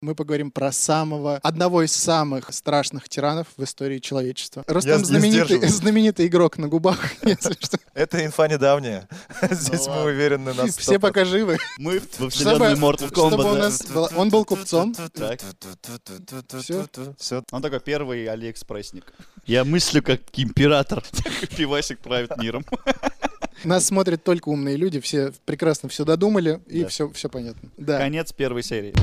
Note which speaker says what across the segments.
Speaker 1: Мы поговорим про самого, одного из самых страшных тиранов в истории человечества. Ростом
Speaker 2: не
Speaker 1: знаменитый,
Speaker 2: сдерживаюсь.
Speaker 1: знаменитый игрок на губах, если что.
Speaker 2: Это инфа недавняя. Здесь мы
Speaker 3: ладно.
Speaker 2: уверены на 100%.
Speaker 1: Ну Все пока живы.
Speaker 3: Мы во
Speaker 1: Чтобы
Speaker 3: вселенной Mortal
Speaker 1: чтобы у
Speaker 3: Kombat. да.
Speaker 1: нас было- Он был купцом.
Speaker 3: Так.
Speaker 1: Всё?
Speaker 2: Все.
Speaker 3: Он такой первый Алиэкспрессник. Я мыслю как император. Так пивасик правит миром.
Speaker 1: Нас смотрят только умные люди, все прекрасно все додумали, и
Speaker 3: Да.
Speaker 1: все, все понятно. Да.
Speaker 3: Конец первой серии.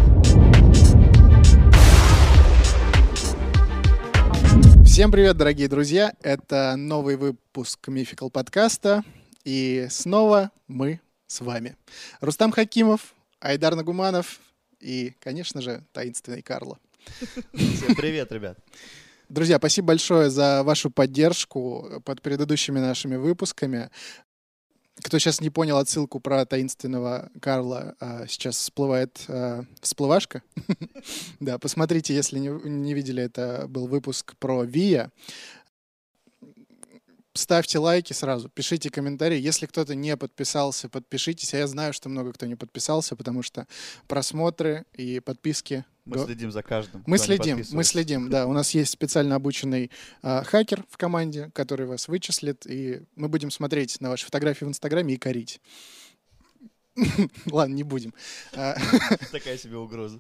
Speaker 1: Всем привет, дорогие друзья. Это новый выпуск Мификал подкаста. И снова мы с вами. Рустам Хакимов, Айдар Нагуманов и, конечно же, таинственный Карло.
Speaker 3: Всем привет, ребят.
Speaker 1: Друзья, спасибо большое за вашу поддержку под предыдущими нашими выпусками. Кто сейчас не понял отсылку про таинственного Карла, а, сейчас всплывает а, всплывашка. Да, посмотрите, если не, не видели, это был выпуск про Вия. Ставьте лайки сразу, пишите комментарии. Если кто-то не подписался, подпишитесь. А я знаю, что много кто не подписался, потому что просмотры и подписки
Speaker 3: Мы
Speaker 1: Да.
Speaker 3: следим за каждым.
Speaker 1: мы
Speaker 3: кто не
Speaker 1: следим, мы
Speaker 3: подписывается.
Speaker 1: следим, да. У нас есть специально обученный а, хакер в команде, который вас вычислит, и мы будем смотреть на ваши фотографии в Инстаграме и корить. Ладно, не будем. А,
Speaker 3: Такая себе угроза.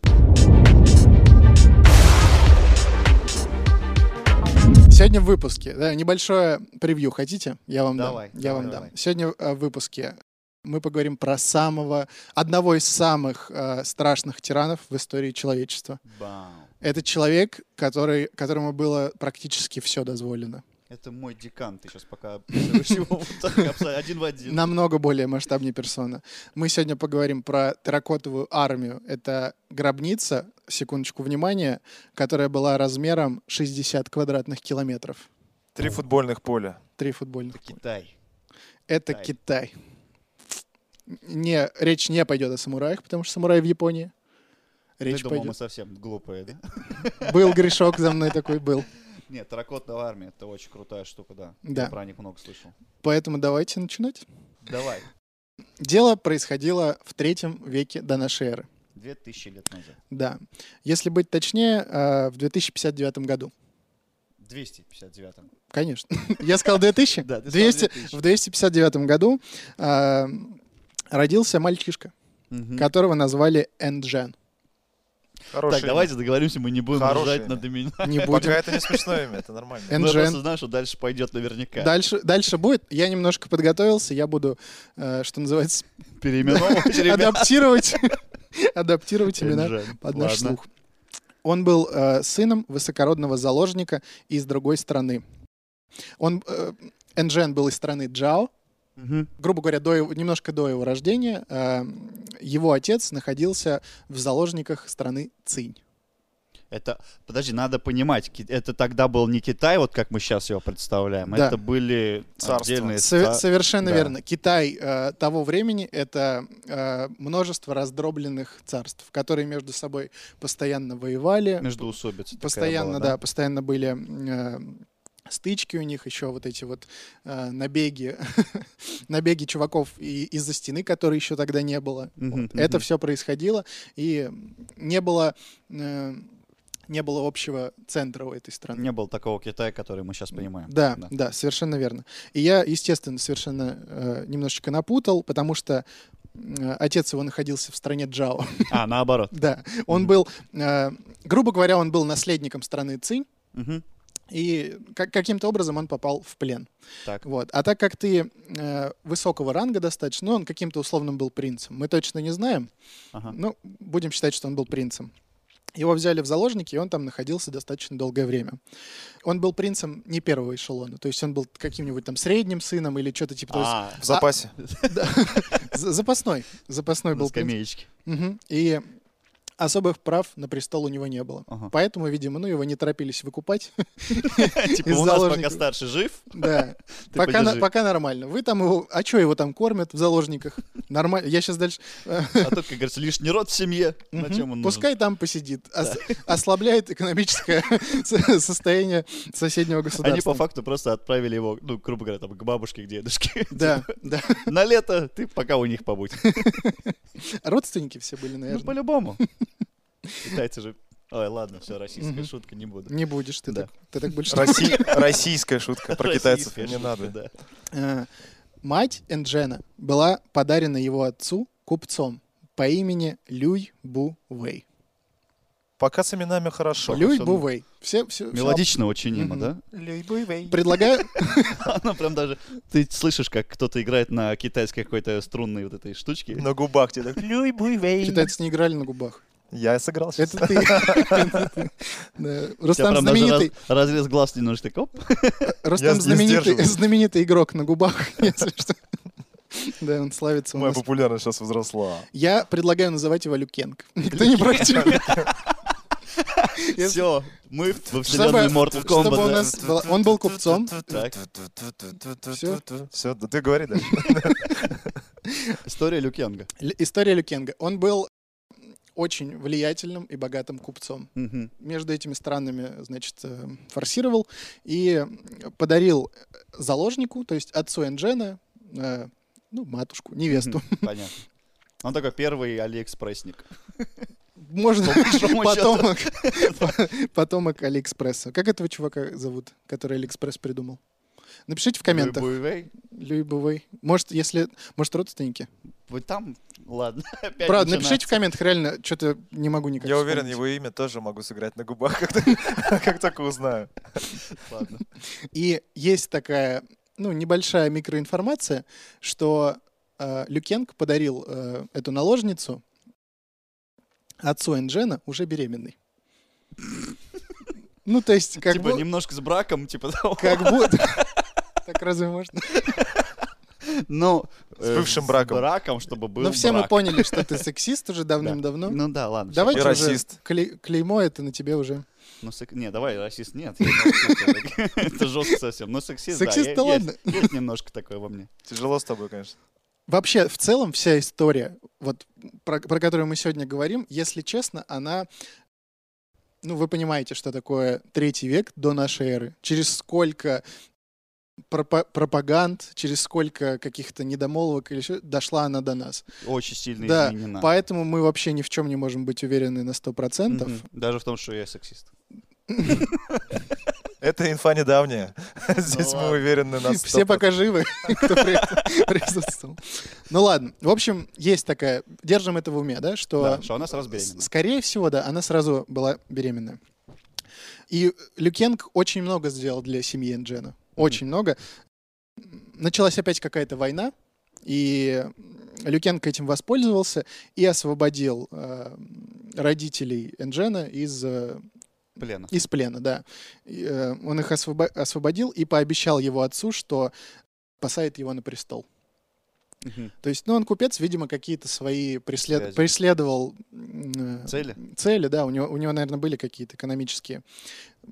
Speaker 1: Сегодня в выпуске, да, небольшое превью хотите? Я вам
Speaker 3: Давай,
Speaker 1: дам. Я
Speaker 3: давай,
Speaker 1: вам
Speaker 3: давай.
Speaker 1: дам. Сегодня э, в выпуске мы поговорим про самого, одного из самых э, страшных тиранов в истории человечества.
Speaker 3: Бау.
Speaker 1: Это человек, который, которому было практически все дозволено.
Speaker 3: Это мой декан, ты сейчас пока описываешь его вот так, абсо- один в один.
Speaker 1: намного более масштабнее персона. Мы сегодня поговорим про терракотовую армию. Это гробница, секундочку внимания, которая была размером 60 квадратных километров.
Speaker 2: Три футбольных поля.
Speaker 1: Три футбольных. поля.
Speaker 3: Китай.
Speaker 1: Это Китай. Не, речь не пойдет о самураях, потому что самураи в Японии.
Speaker 3: Ты
Speaker 1: Речь
Speaker 3: думал, мы
Speaker 1: пойдет.
Speaker 3: совсем глупые, да?
Speaker 1: Был грешок за мной такой был.
Speaker 3: Нет, таракотная армия, это очень крутая штука, да.
Speaker 1: Да.
Speaker 3: Я про них много слышал.
Speaker 1: Поэтому давайте начинать.
Speaker 3: Давай,
Speaker 1: Дело происходило в третьем веке до нашей эры.
Speaker 3: две тысячи лет назад.
Speaker 1: Да. Если быть точнее, э, в 2059 году.
Speaker 3: 259
Speaker 1: Конечно. Я сказал 2000?
Speaker 3: Да, ты сказал
Speaker 1: 200
Speaker 3: 2000.
Speaker 1: В 259 году а, родился мальчишка, которого назвали Энджен.
Speaker 2: Хорошее
Speaker 3: Так,
Speaker 2: имя.
Speaker 3: давайте договоримся, мы не будем
Speaker 2: Хорошее
Speaker 3: ржать над именами.
Speaker 1: Не
Speaker 2: Пока
Speaker 1: будем.
Speaker 2: это не смешное имя, это нормально.
Speaker 3: Ну, я просто
Speaker 1: Энджен.
Speaker 3: знаю, что дальше пойдет наверняка.
Speaker 1: Дальше, дальше будет. Я немножко подготовился. Я буду, э, что называется,
Speaker 3: Переименовывать ребят.
Speaker 1: адаптировать, адаптировать имена
Speaker 3: Энджен.
Speaker 1: под наш
Speaker 3: Ладно.
Speaker 1: слух. Он был э, сыном высокородного заложника из другой страны. Он, э, Энджен был из страны Джао,
Speaker 3: Мгм.
Speaker 1: грубо говоря, до его- немножко до его рождения, э, его отец находился в заложниках страны Цинь.
Speaker 3: Это, подожди, надо понимать, ки- это тогда был не Китай, вот как мы сейчас его представляем, а
Speaker 1: Да.
Speaker 3: это были
Speaker 2: Царство.
Speaker 3: отдельные
Speaker 1: Сове-
Speaker 3: ста-
Speaker 1: совершенно
Speaker 3: да.
Speaker 1: верно. Китай э, того времени — это э, множество раздробленных царств, которые между собой постоянно воевали,
Speaker 3: междоусобицы. такая
Speaker 1: постоянно,
Speaker 3: была,
Speaker 1: да? постоянно были э, стычки у них, еще вот эти вот э, набеги, набеги чуваков и из-за стены, которой еще тогда не было.
Speaker 3: Мгм,
Speaker 1: Вот. Это
Speaker 3: мгм.
Speaker 1: все происходило, и не было, э, не было общего центра у этой страны.
Speaker 3: Не было такого Китая, который мы сейчас понимаем.
Speaker 1: Да, да, совершенно верно. И я, естественно, совершенно э, немножечко напутал, потому что э, отец его находился в стране Джао.
Speaker 3: А, наоборот.
Speaker 1: да, он
Speaker 3: Мгм.
Speaker 1: был, э, грубо говоря, он был наследником страны Цинь,
Speaker 3: Мгм.
Speaker 1: и как- каким-то образом он попал в плен.
Speaker 3: Так.
Speaker 1: Вот. А так как ты э, высокого ранга достаточно, ну, он каким-то условным был принцем, мы точно не знаем,
Speaker 3: Ага.
Speaker 1: ну, будем считать, что он был принцем. Его взяли в заложники, и он там находился достаточно долгое время. Он был принцем не первого эшелона, то есть он был каким-нибудь там средним сыном или что-то типа... то есть
Speaker 3: А,
Speaker 2: В запасе.
Speaker 1: за- запасной, запасной
Speaker 3: на
Speaker 1: был принц.
Speaker 3: скамеечке.
Speaker 1: Мгм. И особых прав на престол у него не было.
Speaker 3: Ага.
Speaker 1: Поэтому, видимо, ну, его не торопились выкупать.
Speaker 3: Типа
Speaker 1: Из
Speaker 3: у нас пока
Speaker 1: заложников.
Speaker 3: старший жив,
Speaker 1: Да.
Speaker 3: Ты
Speaker 1: Пока, на-
Speaker 3: подержи.
Speaker 1: пока нормально. Вы там его... А что его там кормят в заложниках? Нормально. Я сейчас дальше...
Speaker 3: а тут, как говорится, лишний род в семье. На
Speaker 1: Мгм.
Speaker 3: чем он нужен?
Speaker 1: Пускай там посидит. Ос- Ослабляет экономическое со- состояние соседнего государства.
Speaker 3: Они по факту просто отправили его, ну, грубо говоря, там, к бабушке, к дедушке.
Speaker 1: Да, да.
Speaker 3: На лето ты пока у них побудь.
Speaker 1: Родственники все были,
Speaker 3: Ну,
Speaker 1: наверное.
Speaker 3: по-любому. Китайцы же... Ой, ладно, все, российская
Speaker 1: Мгм.
Speaker 3: шутка, не буду.
Speaker 1: Не будешь ты
Speaker 3: Да.
Speaker 1: так. Ты так больше...
Speaker 2: Росси- Российская шутка про китайцев
Speaker 3: Российская
Speaker 2: не
Speaker 3: шутка,
Speaker 2: надо.
Speaker 3: да.
Speaker 1: Э, Мать Энджена была подарена его отцу купцом по имени Люй Бу Вэй.
Speaker 2: Пока с именами хорошо.
Speaker 1: Люй
Speaker 3: он-
Speaker 1: Бу Вэй. Все, все, все
Speaker 3: Мелодично очень има,
Speaker 1: Мгм.
Speaker 3: да?
Speaker 1: об- Предлагаю...
Speaker 3: Она прям даже... Ты слышишь, как кто-то играет на китайской какой-то струнной вот этой штучке.
Speaker 2: На губах тебе так. «Люй, буй, вей».
Speaker 1: Китайцы не играли на губах.
Speaker 2: Я сыграл сейчас.
Speaker 1: Это ты. Да.
Speaker 3: У тебя
Speaker 1: Рустам
Speaker 3: прям даже раз-
Speaker 1: знаменитый.
Speaker 3: разрез глаз немножко. так, оп.
Speaker 1: Рустам
Speaker 2: не
Speaker 1: знаменитый,
Speaker 2: сдерживаюсь.
Speaker 1: знаменитый игрок на губах, если что. Да, он славится у
Speaker 2: Моя
Speaker 1: нас.
Speaker 2: популярность сейчас возросла.
Speaker 1: Я предлагаю называть его Люкенг. Никто не против. Если-
Speaker 3: Все, мы во вселенной Mortal
Speaker 1: чтобы у
Speaker 3: Kombat. да.
Speaker 1: нас- была- он был купцом.
Speaker 3: Так.
Speaker 1: Всё?
Speaker 2: Все, ты говори дальше.
Speaker 3: История Люкенга.
Speaker 1: Л- История Люкенга. Он был очень влиятельным и богатым купцом.
Speaker 3: Мгм.
Speaker 1: Между этими странами, значит, э, форсировал и подарил заложнику, то есть отцу Энджена, э, ну, матушку, невесту.
Speaker 3: Понятно. Он такой первый алиэкспрессник.
Speaker 1: Можно
Speaker 3: По большому
Speaker 1: потомок, потомок Алиэкспресса. Как этого чувака зовут, который Алиэкспресс придумал? Напишите в комментах.
Speaker 3: Буй-буй-вей.
Speaker 1: Люй Бувей. Может, если... Может, родственники?
Speaker 3: Вот там, ладно. опять
Speaker 1: Правда,
Speaker 3: начинается.
Speaker 1: напишите в комментах, реально, что-то не могу никак
Speaker 2: Я уверен,
Speaker 1: вспомнить.
Speaker 2: его имя тоже могу сыграть на губах, как как только узнаю.
Speaker 3: Ладно.
Speaker 1: И есть такая, ну, небольшая микроинформация, что э, Люкенг подарил э, эту наложницу отцу Энджена уже беременной. Ну, то есть, как
Speaker 3: Типа
Speaker 1: бы...
Speaker 3: немножко с браком, типа того.
Speaker 1: Как будто... Так разве можно?
Speaker 3: Ну,
Speaker 2: С
Speaker 3: э,
Speaker 2: бывшим
Speaker 3: с
Speaker 2: браком.
Speaker 3: браком, чтобы был
Speaker 1: Ну, все мы
Speaker 3: брак.
Speaker 1: поняли, что ты сексист уже давным-давно.
Speaker 3: Ну да, ладно. всё,
Speaker 1: Давайте
Speaker 2: И
Speaker 1: уже
Speaker 2: расист.
Speaker 1: кле- клеймо это на тебе уже.
Speaker 3: Ну, сек- Не, давай, расист нет. я не расист, Это жестко совсем. Ну, сексист, да.
Speaker 1: Сексист,
Speaker 3: е-
Speaker 1: да
Speaker 3: есть-
Speaker 1: ладно.
Speaker 3: Есть немножко такое во мне.
Speaker 2: Тяжело с тобой, конечно.
Speaker 1: Вообще, в целом, вся история, вот, про, про которую мы сегодня говорим, если честно, она... Ну, вы понимаете, что такое третий век до нашей эры. Через сколько пропа- пропаганд, через сколько каких-то недомолвок или ещё, дошла она до нас.
Speaker 3: Очень сильно
Speaker 1: Да,
Speaker 3: изменена.
Speaker 1: Поэтому мы вообще ни в чем не можем быть уверены на 100%.
Speaker 3: Мгм. Даже в том, что я сексист.
Speaker 2: Это инфа недавняя. Здесь мы
Speaker 3: ладно.
Speaker 2: уверены на 100%.
Speaker 1: Ну Все пока живы, кто при этом присутствовал. Ну ладно, в общем, есть такая... Держим это в уме, да, что...
Speaker 3: Да, что она сразу
Speaker 1: С-
Speaker 3: беременна.
Speaker 1: Скорее всего, да, она сразу была беременна. И Люкенг очень много сделал для семьи Энджена. Очень много. Началась опять какая-то война, и Люкенг этим воспользовался и освободил э, родителей Энджена из, э,
Speaker 3: Плена.
Speaker 1: из плена, да. И, э, он их освобо- освободил и пообещал его отцу, что посадит его на престол.
Speaker 3: Мгм.
Speaker 1: То есть, ну, он купец, видимо, какие-то свои преслед-
Speaker 3: Связи.
Speaker 1: преследовал м, э,
Speaker 3: Цели?
Speaker 1: цели, да, у него, у него, наверное, были какие-то экономические.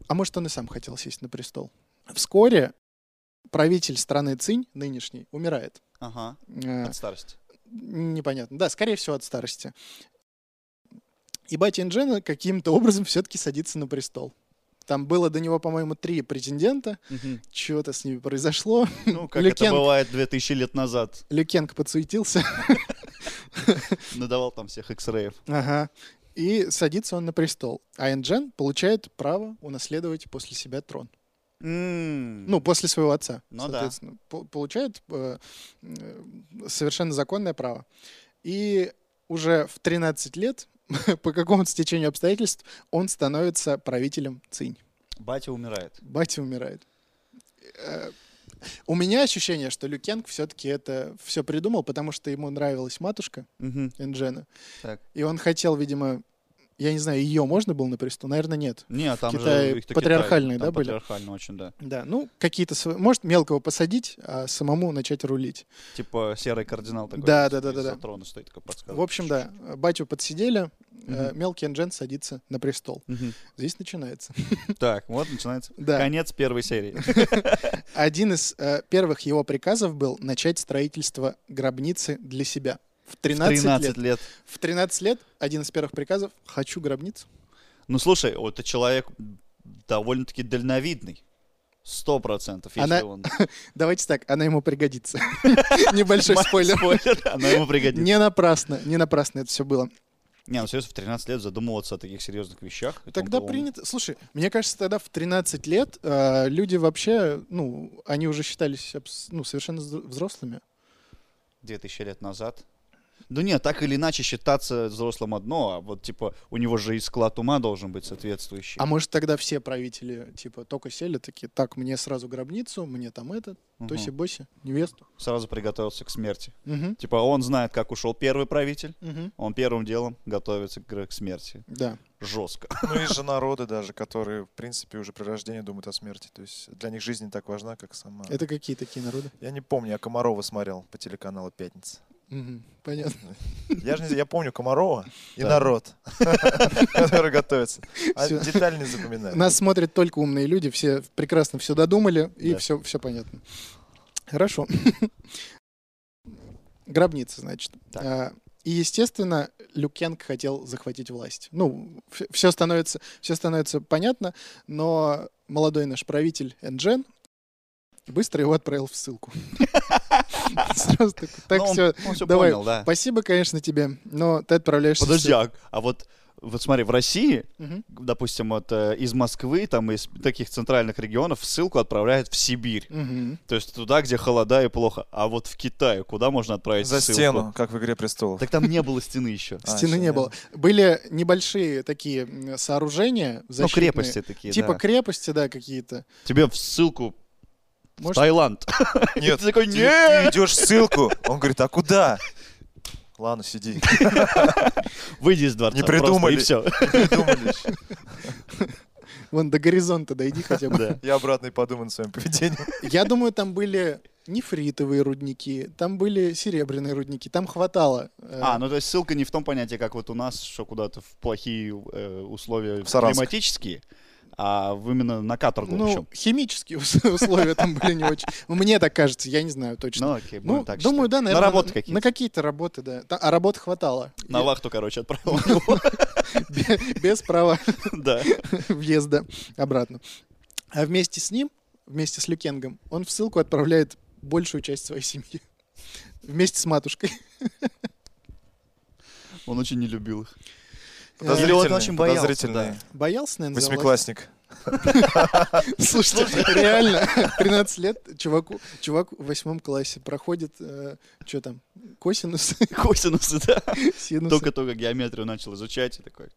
Speaker 1: А может, он и сам хотел сесть на престол. Вскоре правитель страны Цинь, нынешний, умирает.
Speaker 3: Ага.
Speaker 1: Э,
Speaker 3: От старости.
Speaker 1: непонятно. Да, скорее всего, от старости. И батя Инжена каким-то образом все-таки садится на престол. Там было до него, по-моему, три претендента.
Speaker 3: Мгм.
Speaker 1: Чего-то с ними произошло.
Speaker 3: Ну, как это
Speaker 1: Люкенко.
Speaker 3: бывает 2000 лет назад.
Speaker 1: Люкенг подсуетился.
Speaker 3: Надавал там всех экс-реев.
Speaker 1: Ага. И садится он на престол. А Энджен получает право унаследовать после себя трон.
Speaker 3: Ну,
Speaker 1: Ну, после своего отца.
Speaker 3: Ну да.
Speaker 1: соответственно. По- Получает э, э, совершенно законное право. И уже в 13 лет, по какому-то стечению обстоятельств, он становится правителем Цинь.
Speaker 3: батя умирает.
Speaker 1: Батя умирает. Э, У меня ощущение, что Люкенг все-таки это все придумал, потому что ему нравилась матушка Энджена.
Speaker 3: Так.
Speaker 1: И он хотел, видимо, я не знаю, ее можно было на престол? Наверное, нет.
Speaker 3: Не, а там
Speaker 1: Китае
Speaker 3: же их-то
Speaker 1: патриархальные,
Speaker 3: Китай,
Speaker 1: да,
Speaker 3: там
Speaker 1: были?
Speaker 3: Патриархальные очень, да.
Speaker 1: Да, ну, какие-то... св- Может, мелкого посадить, а самому начать рулить.
Speaker 3: Типа серый кардинал такой.
Speaker 1: Да,
Speaker 3: из-
Speaker 1: да, да, да,
Speaker 3: из-за
Speaker 1: да.
Speaker 3: трона стоит такой подсказка.
Speaker 1: В общем, да, батю подсидели, э,
Speaker 3: Мгм.
Speaker 1: мелкий Энджен садится на престол.
Speaker 3: Мгм.
Speaker 1: Здесь начинается.
Speaker 3: Так, вот начинается.
Speaker 1: Да,
Speaker 3: Конец первой серии.
Speaker 1: один из э, первых его приказов был начать строительство гробницы для себя. В 13, лет.
Speaker 3: лет.
Speaker 1: В 13 лет один из первых приказов — хочу гробницу.
Speaker 3: Ну, слушай, вот это человек довольно-таки дальновидный. Сто процентов, если
Speaker 1: Она-
Speaker 3: он...
Speaker 1: Давайте так, она ему пригодится. Небольшой спойлер.
Speaker 3: Спойлер, она ему пригодится.
Speaker 1: Не напрасно, не напрасно это все было.
Speaker 3: Не, ну серьезно, в 13 лет задумываться о таких серьезных вещах. это
Speaker 1: Тогда
Speaker 3: было-
Speaker 1: принято... Слушай, мне кажется, тогда в 13 лет э, люди вообще, ну, они уже считались абс- ну, совершенно взро- взрослыми.
Speaker 3: 2000 лет назад. Ну нет, так или иначе считаться взрослым одно, а вот типа у него же и склад ума должен быть соответствующий.
Speaker 1: А может, тогда все правители, типа, только сели такие, так, мне сразу гробницу, мне там это,
Speaker 3: Мгм.
Speaker 1: тоси-боси, невесту.
Speaker 3: Сразу приготовился к смерти.
Speaker 1: Мгм,
Speaker 3: Типа он знает, как ушел первый правитель,
Speaker 1: мгм.
Speaker 3: он первым делом готовится к, к смерти.
Speaker 1: Да.
Speaker 3: Жестко.
Speaker 2: Ну, есть же народы даже, которые, в принципе, уже при рождении думают о смерти. То есть для них жизнь не так важна, как сама.
Speaker 1: Это какие такие народы?
Speaker 2: Я не помню, я Комарова смотрел по телеканалу «Пятница».
Speaker 1: Мгм, Понятно.
Speaker 2: Я же не- я помню Комарова и
Speaker 3: Да.
Speaker 2: народ, который готовится. А
Speaker 1: Всё.
Speaker 2: деталь не запоминаю.
Speaker 1: Нас смотрят только умные люди, все прекрасно все додумали, и
Speaker 3: Да.
Speaker 1: все, все понятно. Хорошо. Гробница, значит.
Speaker 3: Так.
Speaker 1: А, И, естественно, Люкенг хотел захватить власть. Ну, все становится, все становится понятно, но молодой наш правитель Энджен быстро его отправил в ссылку. Сразу такой, так
Speaker 3: Но Ну, он-
Speaker 1: все.
Speaker 3: он всё
Speaker 1: давай.
Speaker 3: понял, да.
Speaker 1: Спасибо, конечно, тебе, но ты отправляешься в
Speaker 3: Подожди,
Speaker 1: ссылку.
Speaker 3: а, а вот, вот смотри, в России,
Speaker 1: Мгм.
Speaker 3: допустим, вот, э, из Москвы, там из таких центральных регионов ссылку отправляют в Сибирь.
Speaker 1: Мгм.
Speaker 3: То есть туда, где холода и плохо. А вот в Китае куда можно отправить
Speaker 2: За
Speaker 3: ссылку?
Speaker 2: стену, как в «Игре престолов».
Speaker 3: Так там не было стены Ну, еще.
Speaker 2: А,
Speaker 1: Стены
Speaker 2: всё,
Speaker 1: не было. Были небольшие такие м, сооружения
Speaker 3: Ну,
Speaker 1: защитные.
Speaker 3: крепости такие,
Speaker 1: Типа
Speaker 3: да.
Speaker 1: крепости, да, какие-то.
Speaker 3: Тебе в ссылку в
Speaker 1: Может,
Speaker 3: Таиланд.
Speaker 2: Нет,
Speaker 3: Ты такой,
Speaker 2: ты-
Speaker 3: «Нет!»
Speaker 2: ты идешь ссылку. Он говорит, а куда? Ладно, сиди.
Speaker 3: Выйди из дворца.
Speaker 2: Не
Speaker 3: просто,
Speaker 2: придумали.
Speaker 3: И все.
Speaker 2: Придумали ещё.
Speaker 1: вон до горизонта дойди хотя бы.
Speaker 3: Да.
Speaker 2: Я обратно и подумаю на своем поведении.
Speaker 1: Я думаю, там были нефритовые рудники, там были серебряные рудники, там хватало. э,
Speaker 3: А, ну то есть ссылка не в том понятии, как вот у нас, что куда-то в плохие э, условия
Speaker 2: В Саранск.
Speaker 3: климатические, а в- именно на каторгу, в
Speaker 1: ну,
Speaker 3: общем.
Speaker 1: химические ус- условия там были не очень. Мне так кажется, я не знаю точно.
Speaker 3: Ну, окей, будем
Speaker 1: Ну,
Speaker 3: так
Speaker 1: думаю,
Speaker 3: считать.
Speaker 1: да, наверное.
Speaker 3: На работы
Speaker 1: На
Speaker 3: какие-то.
Speaker 1: какие-то работы, да. Та- А работ хватало.
Speaker 3: На
Speaker 1: Бе-
Speaker 3: вахту, короче, отправил его.
Speaker 1: Без права
Speaker 3: Да.
Speaker 1: въезда обратно. А вместе с ним, вместе с Люкенгом, он в ссылку отправляет большую часть своей семьи. Вместе с матушкой.
Speaker 3: Он очень не любил их.
Speaker 1: Или
Speaker 3: он очень боялся,
Speaker 2: подозрительный
Speaker 1: Э, Боялся, наверное, за власть.
Speaker 2: Восьмиклассник.
Speaker 1: Слушай, реально, 13 лет чуваку, чувак в восьмом классе проходит, что там, косинус,
Speaker 3: Косинусы, да.
Speaker 1: синус.
Speaker 3: Только-только геометрию начал изучать и такой.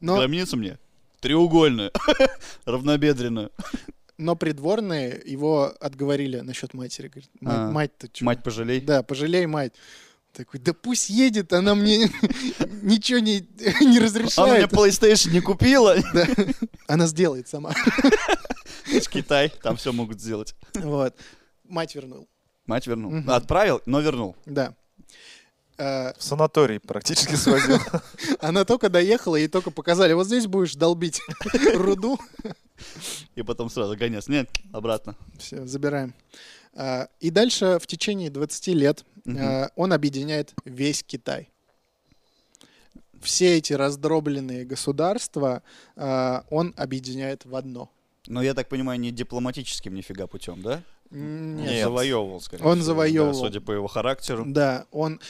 Speaker 1: Но,
Speaker 3: Гробницу мне? Треугольную. Равнобедренную.
Speaker 1: но придворные его отговорили насчет матери. Говорит,
Speaker 3: А,
Speaker 1: мать, то что?
Speaker 3: Мать, пожалей.
Speaker 1: Да, пожалей мать. Такой, да пусть едет, она мне ничего не, не
Speaker 3: Она мне
Speaker 1: разрешает.
Speaker 3: PlayStation не купила.
Speaker 1: Да. Она сделает сама.
Speaker 3: Это ж Китай, там все могут сделать.
Speaker 1: Вот. Мать вернул.
Speaker 3: Мать вернул.
Speaker 1: Мгм.
Speaker 3: Отправил, но вернул.
Speaker 1: Да. Э,
Speaker 2: В санаторий практически свозил.
Speaker 1: Она только доехала, ей только показали, вот здесь будешь долбить руду.
Speaker 3: И потом сразу гонец. Нет, обратно.
Speaker 1: Все, забираем. А, И дальше в течение 20 лет
Speaker 3: Мгм.
Speaker 1: а, он объединяет весь Китай. Все эти раздробленные государства а, он объединяет в одно.
Speaker 3: Но Ну, я так понимаю, не дипломатическим нифига путем, да?
Speaker 1: Нет.
Speaker 2: Нет.
Speaker 3: Завоевывал, скорее.
Speaker 1: Он
Speaker 3: всего,
Speaker 1: завоевывал.
Speaker 3: да, судя по его характеру.
Speaker 1: Да, он...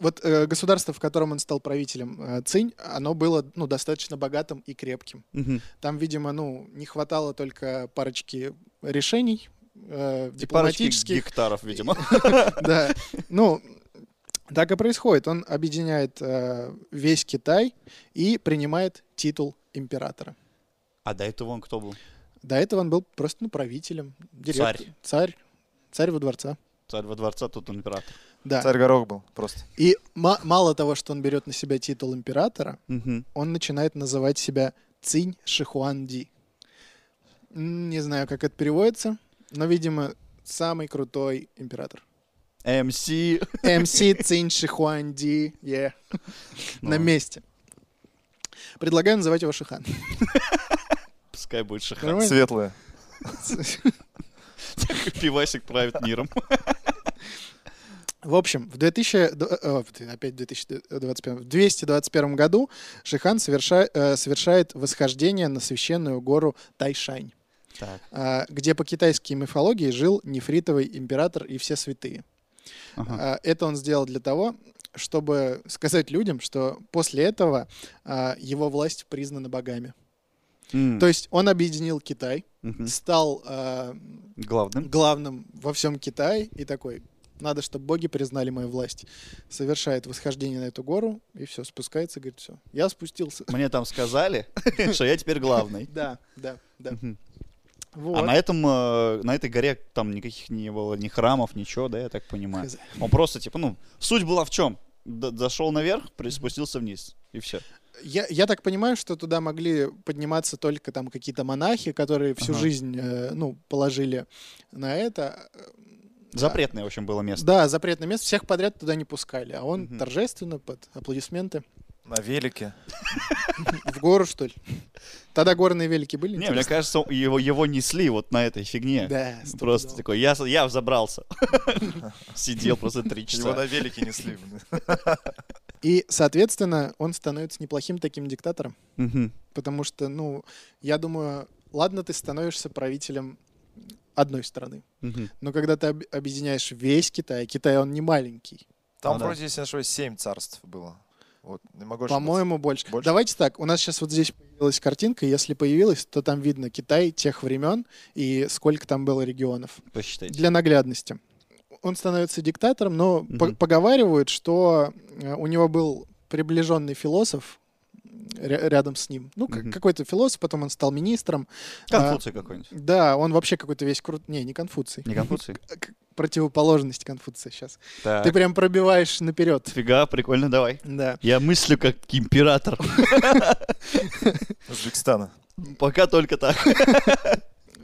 Speaker 1: Вот э, государство, в котором он стал правителем, э, Цинь, оно было ну, достаточно богатым и крепким.
Speaker 3: Мгм.
Speaker 1: Там, видимо, ну, не хватало только парочки решений э,
Speaker 3: И парочки
Speaker 1: дипломатических.
Speaker 3: гектаров, видимо.
Speaker 1: Да. Ну, так и происходит. Он объединяет э, весь Китай и принимает титул императора.
Speaker 3: А до этого он кто был?
Speaker 1: До этого он был просто ну, правителем. директор-
Speaker 3: Царь.
Speaker 1: Царь. Царь во дворца.
Speaker 3: Царь во дворца, тут он император.
Speaker 1: Да.
Speaker 2: Царь Горох был просто.
Speaker 1: И ма- мало того, что он берет на себя титул императора,
Speaker 3: Мгм.
Speaker 1: он начинает называть себя Цинь Шихуанди. М, Не знаю, как это переводится, но, видимо, самый крутой император.
Speaker 3: MC.
Speaker 1: MC Цинь Шихуанди, yeah.
Speaker 3: Ну,
Speaker 1: на месте. Предлагаю называть его Шихан.
Speaker 3: Пускай будет шихан.
Speaker 1: Нормально?
Speaker 2: Светлая.
Speaker 3: Пивасик правит миром.
Speaker 1: В общем, в 2000, д- э, в д- опять в 2021, в 221 году Шихан соверша- э, совершает восхождение на священную гору Тайшань,
Speaker 3: Так.
Speaker 1: а, где по китайской мифологии жил нефритовый император и все святые.
Speaker 3: Ага.
Speaker 1: А, Это он сделал для того, чтобы сказать людям, что после этого а, его власть признана богами.
Speaker 3: М,
Speaker 1: То есть он объединил Китай,
Speaker 3: мгм.
Speaker 1: стал а,
Speaker 3: Главным.
Speaker 1: главным во всем Китае и такой. Надо, чтобы боги признали мою власть. Совершает восхождение на эту гору и все, спускается, говорит, все, я спустился.
Speaker 3: Мне там сказали, что я теперь главный.
Speaker 1: Да, да, да.
Speaker 3: Мгм.
Speaker 1: Вот.
Speaker 3: А на этом, э, на этой горе там никаких не было ни храмов, ничего, да, я так понимаю.
Speaker 1: Хз.
Speaker 3: Он просто, типа, ну, суть была в чем? Зашел наверх, при- спустился вниз, и все.
Speaker 1: Я, я так понимаю, что туда могли подниматься только там какие-то монахи, которые всю
Speaker 3: Ага.
Speaker 1: жизнь, э, ну, положили на это.
Speaker 3: Запретное, в общем, было место.
Speaker 1: Да, запретное место, всех подряд туда не пускали, а он
Speaker 3: Мгм.
Speaker 1: торжественно под аплодисменты
Speaker 2: На велике.
Speaker 1: в гору, что ли. Тогда горные велики были?
Speaker 3: Не, мне кажется, его, его несли вот на этой фигне.
Speaker 1: Да, стопудово.
Speaker 3: Просто такой, я, с- я забрался. Сидел просто три
Speaker 2: Его
Speaker 3: часа.
Speaker 2: на велике несли.
Speaker 3: Ну
Speaker 1: И, соответственно, он становится неплохим таким диктатором,
Speaker 3: Мгм.
Speaker 1: потому что, ну, я думаю, ладно, ты становишься правителем одной страны,
Speaker 3: Мгм.
Speaker 1: но когда ты об- объединяешь весь Китай, Китай, он не маленький,
Speaker 2: Там
Speaker 3: Ну да.
Speaker 2: вроде, если не ошибаюсь, семь царств было. Вот, не могу ошибаться.
Speaker 1: По-моему, больше.
Speaker 2: Больше?
Speaker 1: Давайте так, у нас сейчас вот здесь появилась картинка, если появилась, то там видно Китай тех времен и сколько там было регионов.
Speaker 3: Посчитайте.
Speaker 1: Для наглядности. Он становится диктатором, но по-
Speaker 3: Мгм.
Speaker 1: поговаривают, что э, у него был приближенный философ ря- рядом с ним. Ну, как-
Speaker 3: Мгм.
Speaker 1: какой-то философ, потом он стал министром.
Speaker 3: Конфуций какой-нибудь.
Speaker 1: А, да, он вообще какой-то весь крут... Не, не Конфуций.
Speaker 3: Не Конфуций?
Speaker 1: К- Противоположность Конфуция сейчас.
Speaker 3: Так.
Speaker 1: Ты прям пробиваешь наперед.
Speaker 3: Фига, прикольно, давай.
Speaker 1: Да.
Speaker 3: Я мыслю как император.
Speaker 2: Узбекистана.
Speaker 3: Пока только так.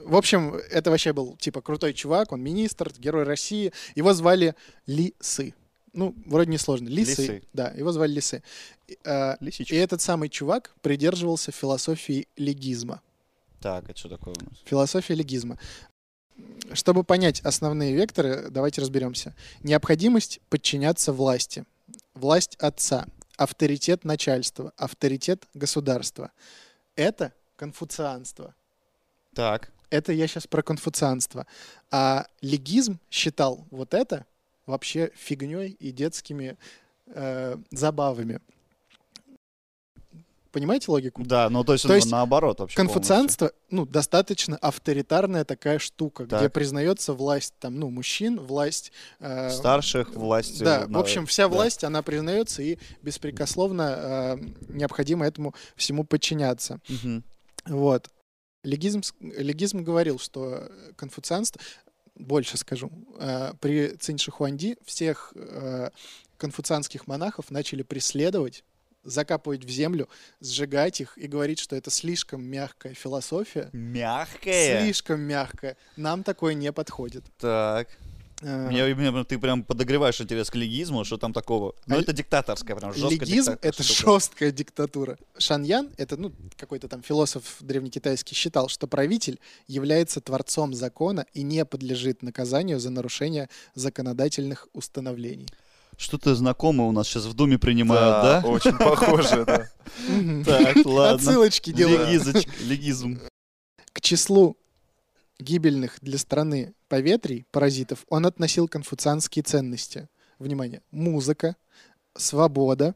Speaker 1: В общем, это вообще был типа крутой чувак, он министр, герой России. Его звали Лисы. Ну, вроде несложно. Лисы.
Speaker 3: Лисы.
Speaker 1: Да, его звали Лисы. И, а,
Speaker 3: Лисичка.
Speaker 1: и этот самый чувак придерживался философии легизма.
Speaker 3: Так, это что такое у нас?
Speaker 1: Философия легизма. Чтобы понять основные векторы, давайте разберемся. Необходимость подчиняться власти. Власть отца. Авторитет начальства. Авторитет государства. Это конфуцианство.
Speaker 3: Так.
Speaker 1: Это я сейчас про конфуцианство. А легизм считал вот это вообще фигней и детскими э, забавами. Понимаете логику?
Speaker 3: Да, ну то есть,
Speaker 1: То
Speaker 3: он
Speaker 1: есть
Speaker 3: наоборот вообще.
Speaker 1: Конфуцианство, ну, достаточно авторитарная такая штука, где
Speaker 3: Так.
Speaker 1: признается власть, там, ну, мужчин, власть... э,
Speaker 3: полностью. Старших власти.
Speaker 1: да, в
Speaker 3: на-
Speaker 1: общем, вся
Speaker 3: э, да.
Speaker 1: власть, она признается и беспрекословно э, необходимо этому всему подчиняться.
Speaker 3: Мгм.
Speaker 1: Вот. Легизм, с- легизм говорил, что э, конфуцианство, больше скажу, э, при Цинь Шихуанди всех э, конфуцианских монахов начали преследовать, закапывать в землю, сжигать их и говорить, что это слишком мягкая философия,
Speaker 3: Мягкая.
Speaker 1: слишком мягкая, нам такое не подходит.
Speaker 3: Так.
Speaker 1: Э,
Speaker 3: Меня- меня прям- ты прям подогреваешь интерес к легизму, что там такого. Ну,
Speaker 1: А
Speaker 3: это диктаторская прям жесткая
Speaker 1: Легизм
Speaker 3: диктаторская
Speaker 1: это
Speaker 3: штука.
Speaker 1: жесткая диктатура. Шаньян это ну какой-то там философ древнекитайский считал, что правитель является творцом закона и не подлежит наказанию за нарушение законодательных установлений.
Speaker 3: Что-то знакомое у нас сейчас в Думе принимают, да?
Speaker 2: Очень похоже, да.
Speaker 1: Мгм.
Speaker 3: Так, ладно.
Speaker 1: Отсылочки делаю.
Speaker 3: Легизоч- Легизм.
Speaker 1: К числу гибельных для страны поветрий, паразитов, он относил конфуцианские ценности. Внимание, музыка, свобода,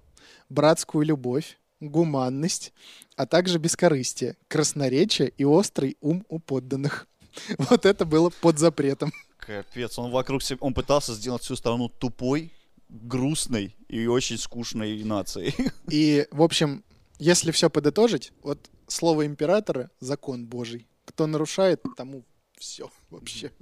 Speaker 1: братскую любовь, гуманность, а также бескорыстие, красноречие и острый ум у подданных. Вот это было под запретом.
Speaker 3: Капец, он вокруг себя, он пытался сделать всю страну тупой, грустной и очень скучной нацией.
Speaker 1: И, в общем, если все подытожить, вот слово императора — закон божий. Кто нарушает, тому все вообще.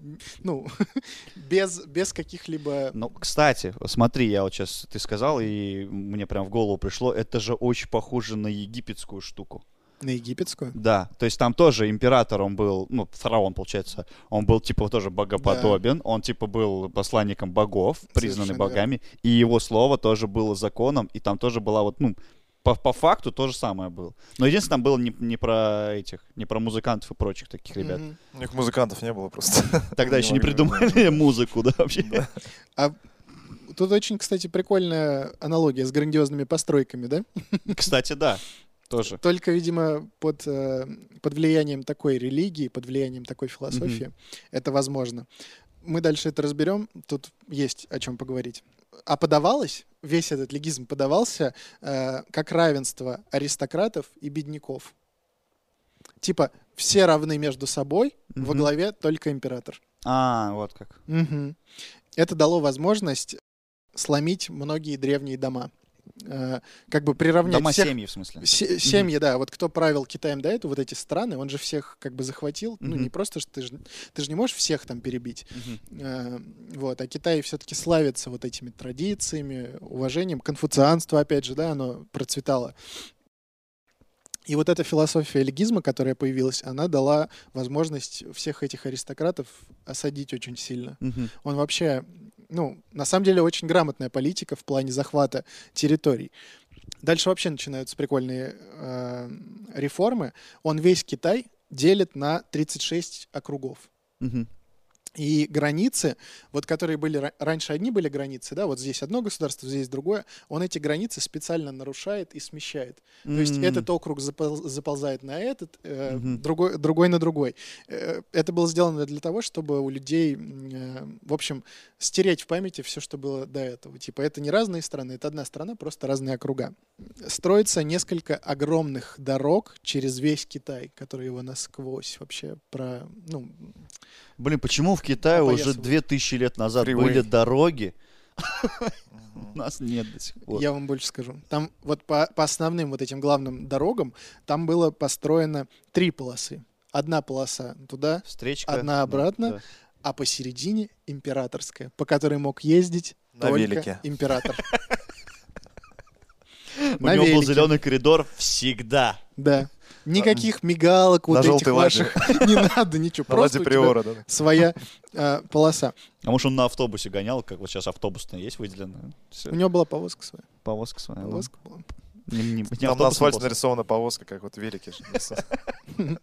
Speaker 1: Ну, без, без каких-либо...
Speaker 3: Ну, кстати, смотри, я вот сейчас ты сказал, и мне прям в голову пришло, это же очень похоже на египетскую штуку.
Speaker 1: На египетскую?
Speaker 3: Да, то есть там тоже император он был, ну, фараон, получается, он был, типа, тоже богоподобен, он, типа, был посланником богов, признанный
Speaker 1: Совершенно
Speaker 3: богами, и его слово тоже было законом, и там тоже была вот, ну, по, по факту то же самое было. Но единственное, там было не, не про этих, не про музыкантов и прочих таких ребят.
Speaker 1: Мгм.
Speaker 2: У них музыкантов не было просто.
Speaker 3: Тогда еще не
Speaker 2: могли,
Speaker 3: придумали музыку, да, вообще.
Speaker 2: Да.
Speaker 1: Тут очень, кстати, прикольная аналогия с грандиозными постройками, да?
Speaker 3: Кстати, да, тоже.
Speaker 1: Только, видимо, под, э, под влиянием такой религии, под влиянием такой философии это возможно. мы дальше это разберем, тут есть о чем поговорить. А подавалось, весь этот легизм подавался э, как равенство аристократов и бедняков. Типа, все равны между собой, во
Speaker 3: Мгм.
Speaker 1: главе только император.
Speaker 3: А, вот как.
Speaker 1: Мгм. Это дало возможность сломить многие древние дома. Э, как бы приравнять
Speaker 3: Дома
Speaker 1: всех
Speaker 3: семьи, в смысле.
Speaker 1: Се- Семьи, да. Вот кто правил Китаем до этого, вот эти страны, он же всех как бы захватил. Ну,
Speaker 3: Мгм.
Speaker 1: не просто, что ты же, ты же не можешь всех там перебить.
Speaker 3: Мгм.
Speaker 1: Э, вот. А Китай все-таки славится вот этими традициями, уважением. Конфуцианство, опять же, да, оно процветало. И вот эта философия эльгизма, которая появилась, она дала возможность всех этих аристократов осадить очень сильно.
Speaker 3: Мгм.
Speaker 1: Он вообще, ну, на самом деле очень грамотная политика в плане захвата территорий. Дальше вообще начинаются прикольные э, реформы. Он весь Китай делит на 36 округов.
Speaker 3: Мгм.
Speaker 1: И границы, вот которые были ра- раньше одни были границы, да, вот здесь одно государство, здесь другое, он эти границы специально нарушает и смещает. То есть
Speaker 3: М.
Speaker 1: этот округ запол- заползает на этот, э,
Speaker 3: Мгм.
Speaker 1: другой, другой на другой. Э, это было сделано для того, чтобы у людей, м, э, в общем, стереть в памяти все, что было до этого. Типа это не разные страны, это одна страна, просто разные округа. Строится несколько огромных дорог через весь Китай, который его насквозь вообще про... Ну,
Speaker 3: Блин, почему в Китае уже
Speaker 1: Опоясывают.
Speaker 3: 2000 лет назад
Speaker 2: Фривей.
Speaker 3: были дороги?
Speaker 2: Мгм.
Speaker 3: У нас нет до сих пор.
Speaker 1: я вам больше скажу. Там вот по, по основным вот этим главным дорогам, там было построено три полосы. Одна полоса туда,
Speaker 3: Встречка.
Speaker 1: Одна обратно.
Speaker 3: Да.
Speaker 1: а посередине императорская, по которой мог ездить
Speaker 2: На
Speaker 1: только
Speaker 2: велике.
Speaker 1: император.
Speaker 3: У
Speaker 1: На
Speaker 3: него был
Speaker 1: велике.
Speaker 3: зеленый коридор всегда.
Speaker 1: Да. Никаких мигалок
Speaker 2: На
Speaker 1: вот этих
Speaker 2: желтой ладе.
Speaker 1: ваших не надо, ничего.
Speaker 2: На
Speaker 1: Просто
Speaker 2: Ладе
Speaker 1: у тебя
Speaker 2: Приора, да.
Speaker 1: своя э, полоса.
Speaker 3: А может, он на автобусе гонял, как вот сейчас автобусная есть выделенная? Всё,
Speaker 1: У него была повозка своя.
Speaker 3: Повозка своя. ну.
Speaker 1: Повозка была.
Speaker 3: Не- не- не
Speaker 2: Там на
Speaker 3: автобусная
Speaker 2: асфальте
Speaker 3: повозка.
Speaker 2: нарисована повозка, как вот велики. же.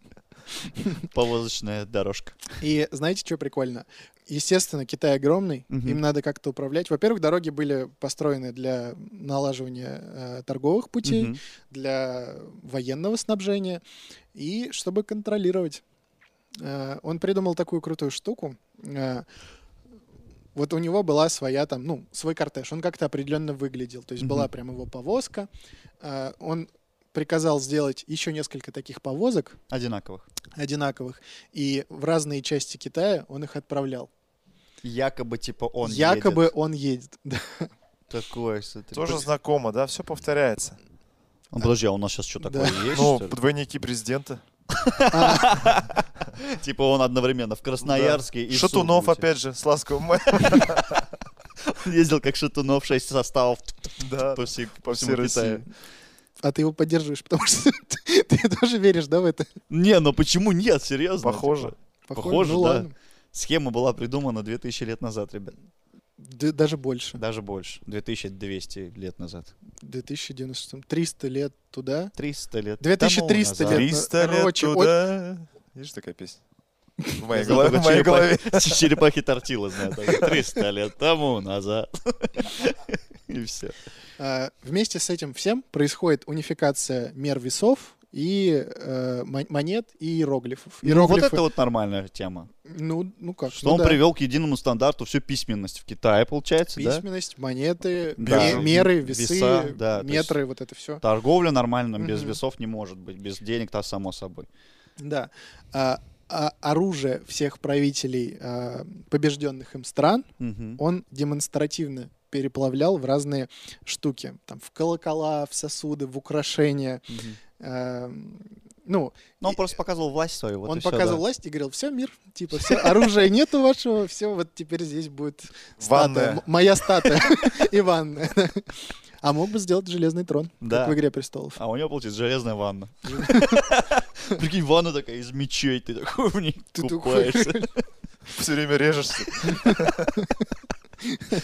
Speaker 3: Повозочная дорожка.
Speaker 1: И знаете, что прикольно? Естественно, Китай огромный,
Speaker 3: Мгм.
Speaker 1: им надо как-то управлять. Во-первых, дороги были построены для налаживания э, торговых путей,
Speaker 3: Мгм.
Speaker 1: для военного снабжения и чтобы контролировать. Э, Он придумал такую крутую штуку. Э, Вот у него была своя там, ну, свой кортеж. Он как-то определенно выглядел. То есть
Speaker 3: Мгм.
Speaker 1: была прям его повозка. Э, Он приказал сделать еще несколько таких повозок
Speaker 3: Одинаковых.
Speaker 1: одинаковых. И в разные части Китая он их отправлял.
Speaker 3: Якобы, типа, он
Speaker 1: Якобы
Speaker 3: едет.
Speaker 1: он едет. Да.
Speaker 3: Такое, смотри.
Speaker 2: Тоже знакомо, да? Все повторяется.
Speaker 3: А, подожди, а у нас сейчас что такое есть,
Speaker 2: Ну,
Speaker 3: что ли?
Speaker 2: двойники президента.
Speaker 3: Типа он одновременно в Красноярске и в
Speaker 2: Шатунов,
Speaker 3: Сургуте.
Speaker 2: опять же, с ласковым мая.
Speaker 3: Ездил как Шатунов, 6 составов
Speaker 2: Да,
Speaker 3: по, всей, по
Speaker 2: по
Speaker 3: всему
Speaker 2: всей России.
Speaker 3: Китаю.
Speaker 1: А ты его поддерживаешь, потому что ты, ты тоже веришь, да, в это?
Speaker 3: Не, ну почему нет, серьезно?
Speaker 2: Похоже.
Speaker 3: типа. Похоже,
Speaker 1: ну
Speaker 3: да.
Speaker 1: ладно.
Speaker 3: Схема была придумана 2000 лет назад, ребят.
Speaker 1: Д- даже больше.
Speaker 3: Даже больше. 2200 лет назад.
Speaker 1: 2096. 300 лет туда.
Speaker 3: 300 лет
Speaker 1: 2300
Speaker 3: тому назад.
Speaker 1: лет.
Speaker 2: 300 лет
Speaker 1: ну, Короче,
Speaker 2: туда. Видишь, такая песня? В моей
Speaker 3: Я забыл,
Speaker 2: голове. В
Speaker 3: как
Speaker 2: моей
Speaker 3: черепа-
Speaker 2: голове.
Speaker 3: Черепахи тортила, знают. Они 300 лет тому назад. И все.
Speaker 1: А, вместе с этим всем происходит унификация мер весов и э, мон- монет и иероглифов.
Speaker 3: Ну, вот
Speaker 1: Иероглифы-
Speaker 3: это вот нормальная тема.
Speaker 1: ну, ну как?
Speaker 3: Что
Speaker 1: ну
Speaker 3: он
Speaker 1: да.
Speaker 3: привел к единому стандарту всю письменность в Китае, получается, да?
Speaker 1: Письменность, монеты,
Speaker 3: Да.
Speaker 1: ме- меры,
Speaker 3: Веса,
Speaker 1: весы,
Speaker 3: да, то
Speaker 1: метры, вот это все.
Speaker 3: Торговля нормально, без
Speaker 1: Мгм.
Speaker 3: весов не может быть, без денег, то само собой.
Speaker 1: Да. А, а оружие всех правителей а, побежденных им стран
Speaker 3: Мгм.
Speaker 1: он демонстративно переплавлял в разные штуки. Там, в колокола, в сосуды, в украшения.
Speaker 3: Мгм.
Speaker 1: Эм, ну,
Speaker 3: Ну, он
Speaker 1: И-
Speaker 3: просто показывал власть свою. вот
Speaker 1: он
Speaker 3: и всё,
Speaker 1: показывал
Speaker 3: да.
Speaker 1: власть и говорил, все, мир, типа, все, оружия нету вашего, все, вот теперь здесь будет статуя, м-
Speaker 2: Ванная.
Speaker 1: моя статуя и ванная. А мог бы сделать железный трон,
Speaker 3: Да.
Speaker 1: как в «Игре престолов».
Speaker 3: А у него, получается, железная ванна. Прикинь, ванна такая из мечей, ты такой в ней
Speaker 1: Ты такой,
Speaker 3: купаешься,
Speaker 2: Все время режешься.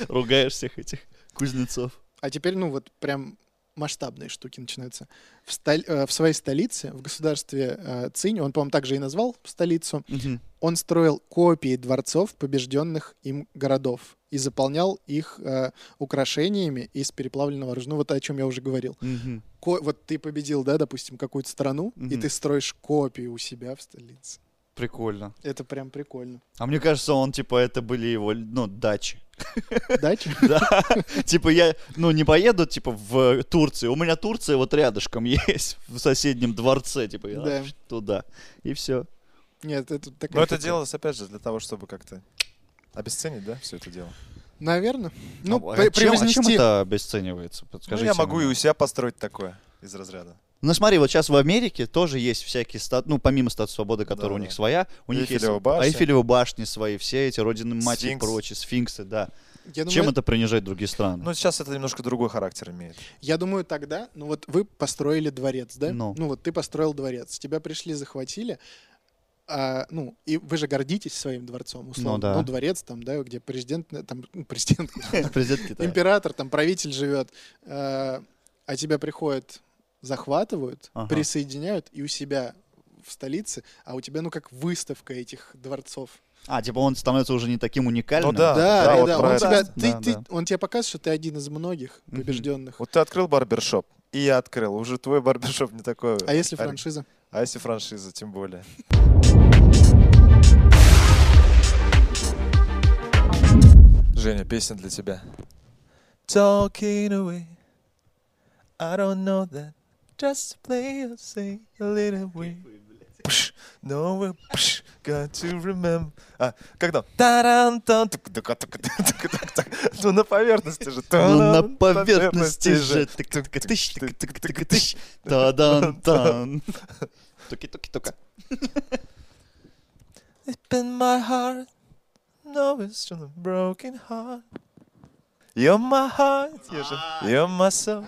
Speaker 3: ругаешь всех этих кузнецов.
Speaker 1: А теперь, ну, вот прям масштабные штуки начинаются. В, столь- э, в своей столице, в государстве э, Цинь, он, по-моему, также и назвал столицу,
Speaker 3: Мгм.
Speaker 1: он строил копии дворцов побежденных им городов и заполнял их э, украшениями из переплавленного оружия. Ну вот о чем я уже говорил.
Speaker 3: Мгм.
Speaker 1: Ко- вот ты победил, да, допустим, какую-то страну, и
Speaker 3: Мгм.
Speaker 1: ты строишь копию у себя в столице.
Speaker 3: Прикольно.
Speaker 1: Это прям прикольно.
Speaker 3: А мне кажется, он, типа, это были его, ну, дачи.
Speaker 1: Дача?
Speaker 3: Да. Типа я, ну, не поеду, типа, в Турцию. У меня Турция вот рядышком есть, в соседнем дворце, типа, я
Speaker 1: Да.
Speaker 3: туда. И все.
Speaker 1: Нет, это такая...
Speaker 3: Ну,
Speaker 2: Но это
Speaker 1: шутка.
Speaker 2: делалось, опять же, для того, чтобы как-то обесценить, да, все это дело. Ну,
Speaker 1: Наверное. Ну,
Speaker 3: а,
Speaker 1: пре-
Speaker 3: чем, а чем
Speaker 1: превознести.
Speaker 3: это обесценивается? Подскажите.
Speaker 2: ну, я могу и
Speaker 3: мне.
Speaker 2: у себя построить такое из разряда.
Speaker 3: Ну смотри, вот сейчас в Америке тоже есть всякие стат... ну помимо статуса свободы, которая у
Speaker 2: Да-да.
Speaker 3: них своя, у них есть
Speaker 2: Эйфелева башня.
Speaker 3: Эйфелева башни свои, все эти родины мать и
Speaker 2: Сфинкс.
Speaker 3: прочие, сфинксы, да.
Speaker 1: Я думаю,
Speaker 3: Чем это принижает другие страны?
Speaker 2: Ну, сейчас это немножко другой характер имеет.
Speaker 1: Я думаю, тогда, ну вот вы построили дворец, да?
Speaker 3: Ну.
Speaker 1: Ну вот ты построил дворец, тебя пришли, захватили, а, ну и вы же гордитесь своим дворцом, условно.
Speaker 3: Ну да.
Speaker 1: дворец там, да, где президент, э, там ну, президент,
Speaker 3: Президент Китая.
Speaker 1: император, там правитель живет, а а тебя приходят, захватывают,
Speaker 3: Ага.
Speaker 1: присоединяют и у себя в столице, а у тебя ну как выставка этих дворцов.
Speaker 3: А, типа он становится уже не таким уникальным.
Speaker 2: Ну да.
Speaker 1: да, да,
Speaker 2: вот
Speaker 1: да, он
Speaker 2: правильно.
Speaker 1: тебя,
Speaker 3: Да,
Speaker 1: ты- ты-
Speaker 3: да.
Speaker 1: он тебе показывает, что ты один из многих
Speaker 3: Мгм.
Speaker 1: побежденных.
Speaker 2: Вот ты открыл барбершоп, и я открыл. Уже твой барбершоп не такой.
Speaker 1: А если
Speaker 2: ори-
Speaker 1: франшиза?
Speaker 2: А если франшиза, тем более. Женя, песня для тебя. Talking away. I don't know that. Just play or sing a little way. Пш, no way, пш, got to remember. А, как там? Тарантан, тук-тук-тук-тук-тук-тук. Ну, на поверхности же.
Speaker 3: Ну, на
Speaker 2: Таран,
Speaker 3: поверхности же.
Speaker 2: Тык-тык-тык-тык-тык-тык.
Speaker 3: Тык-тык-тык-тык-тык-тык. Та-дан-тан. Туки-туки-тука.
Speaker 2: It's been my heart. No, it's just a broken heart. You're my heart. You're, же- you're my soul.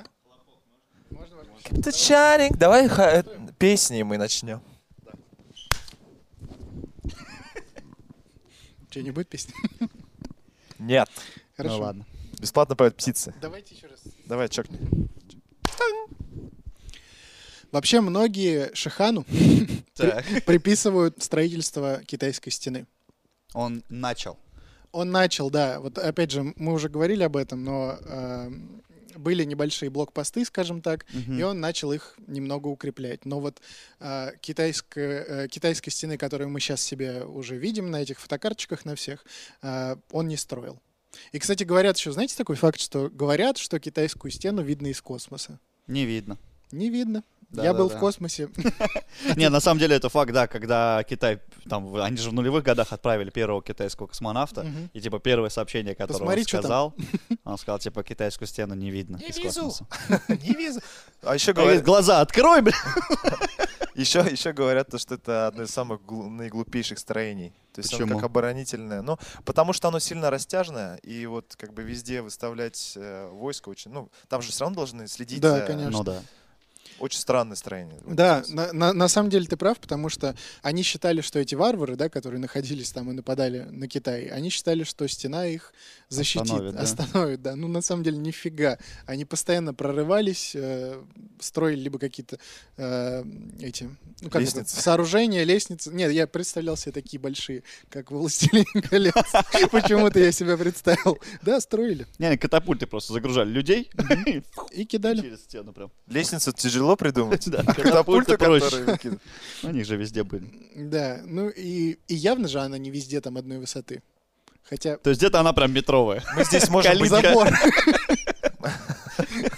Speaker 2: Keep the shining. Давай ха- э, песни мы начнем.
Speaker 1: Че, не будет песни?
Speaker 2: Нет.
Speaker 1: Хорошо.
Speaker 3: Ну ладно.
Speaker 2: Бесплатно поют птицы.
Speaker 1: Давайте еще раз.
Speaker 2: Давай, чокни.
Speaker 1: Вообще многие Шихану
Speaker 3: Так.
Speaker 1: приписывают строительство китайской стены.
Speaker 3: Он начал.
Speaker 1: Он начал, да, вот опять же, мы уже говорили об этом, но э, были небольшие блокпосты, скажем так, и он начал их немного укреплять. Но вот э, китайская, э, китайской стены, которую мы сейчас себе уже видим на этих фотокарточках на всех, э, он не строил. И, кстати, говорят еще, знаете такой факт, что говорят, что китайскую стену видно из космоса.
Speaker 3: Не видно.
Speaker 1: Не видно.
Speaker 3: Да,
Speaker 1: Я
Speaker 3: да,
Speaker 1: был
Speaker 3: да.
Speaker 1: в космосе.
Speaker 3: Не, на самом деле это факт, да, когда Китай, там, в- они же в нулевых годах отправили первого китайского космонавта,
Speaker 1: Мгм.
Speaker 3: и, типа, первое сообщение, которое
Speaker 1: Посмотри,
Speaker 3: он
Speaker 1: чё там.
Speaker 3: сказал, он сказал, типа, китайскую стену не видно
Speaker 2: Не
Speaker 3: из
Speaker 2: вижу.
Speaker 3: космоса.
Speaker 2: Не вижу. А еще
Speaker 3: Я говорю,
Speaker 2: говорят,
Speaker 3: глаза открой, бля!
Speaker 2: еще, еще говорят, то, что это одно из самых глу- наиглупейших строений. То есть оно
Speaker 3: Почему?
Speaker 2: как оборонительное. Ну, потому что оно сильно растяжное, и вот как бы везде выставлять э, войско очень... Ну, там же все равно должны следить
Speaker 1: Да,
Speaker 2: за...
Speaker 1: конечно.
Speaker 3: Ну да.
Speaker 2: Очень странное строение. Вот
Speaker 1: Да,
Speaker 2: сейчас.
Speaker 1: на, на- на самом деле ты прав, потому что они считали, что эти варвары, да, которые находились там и нападали на Китай, они считали, что стена их защитит,
Speaker 3: Остановит,
Speaker 1: остановит,
Speaker 3: да.
Speaker 1: да. Ну, на самом деле, нифига. Они постоянно прорывались, э, строили либо какие-то э, эти ну, как это,
Speaker 2: Лестницы.
Speaker 1: сооружения, лестницы. Нет, я представлял себе такие большие, как «Властелин колец». Почему-то я себя представил. Да, строили
Speaker 3: Не, они катапульты просто загружали людей и
Speaker 1: и кидали.
Speaker 3: через стену прям.
Speaker 2: Лестницу тяжело придумать.
Speaker 3: Да,
Speaker 2: а катапульты,
Speaker 3: катапульты проще.
Speaker 2: которые выкидывают.
Speaker 3: Ну, Они же везде были.
Speaker 1: Да, ну и, и явно же она не везде там одной высоты. Хотя
Speaker 3: То есть где-то она прям метровая.
Speaker 2: Мы здесь можем быть,
Speaker 3: Калитка.
Speaker 1: забор.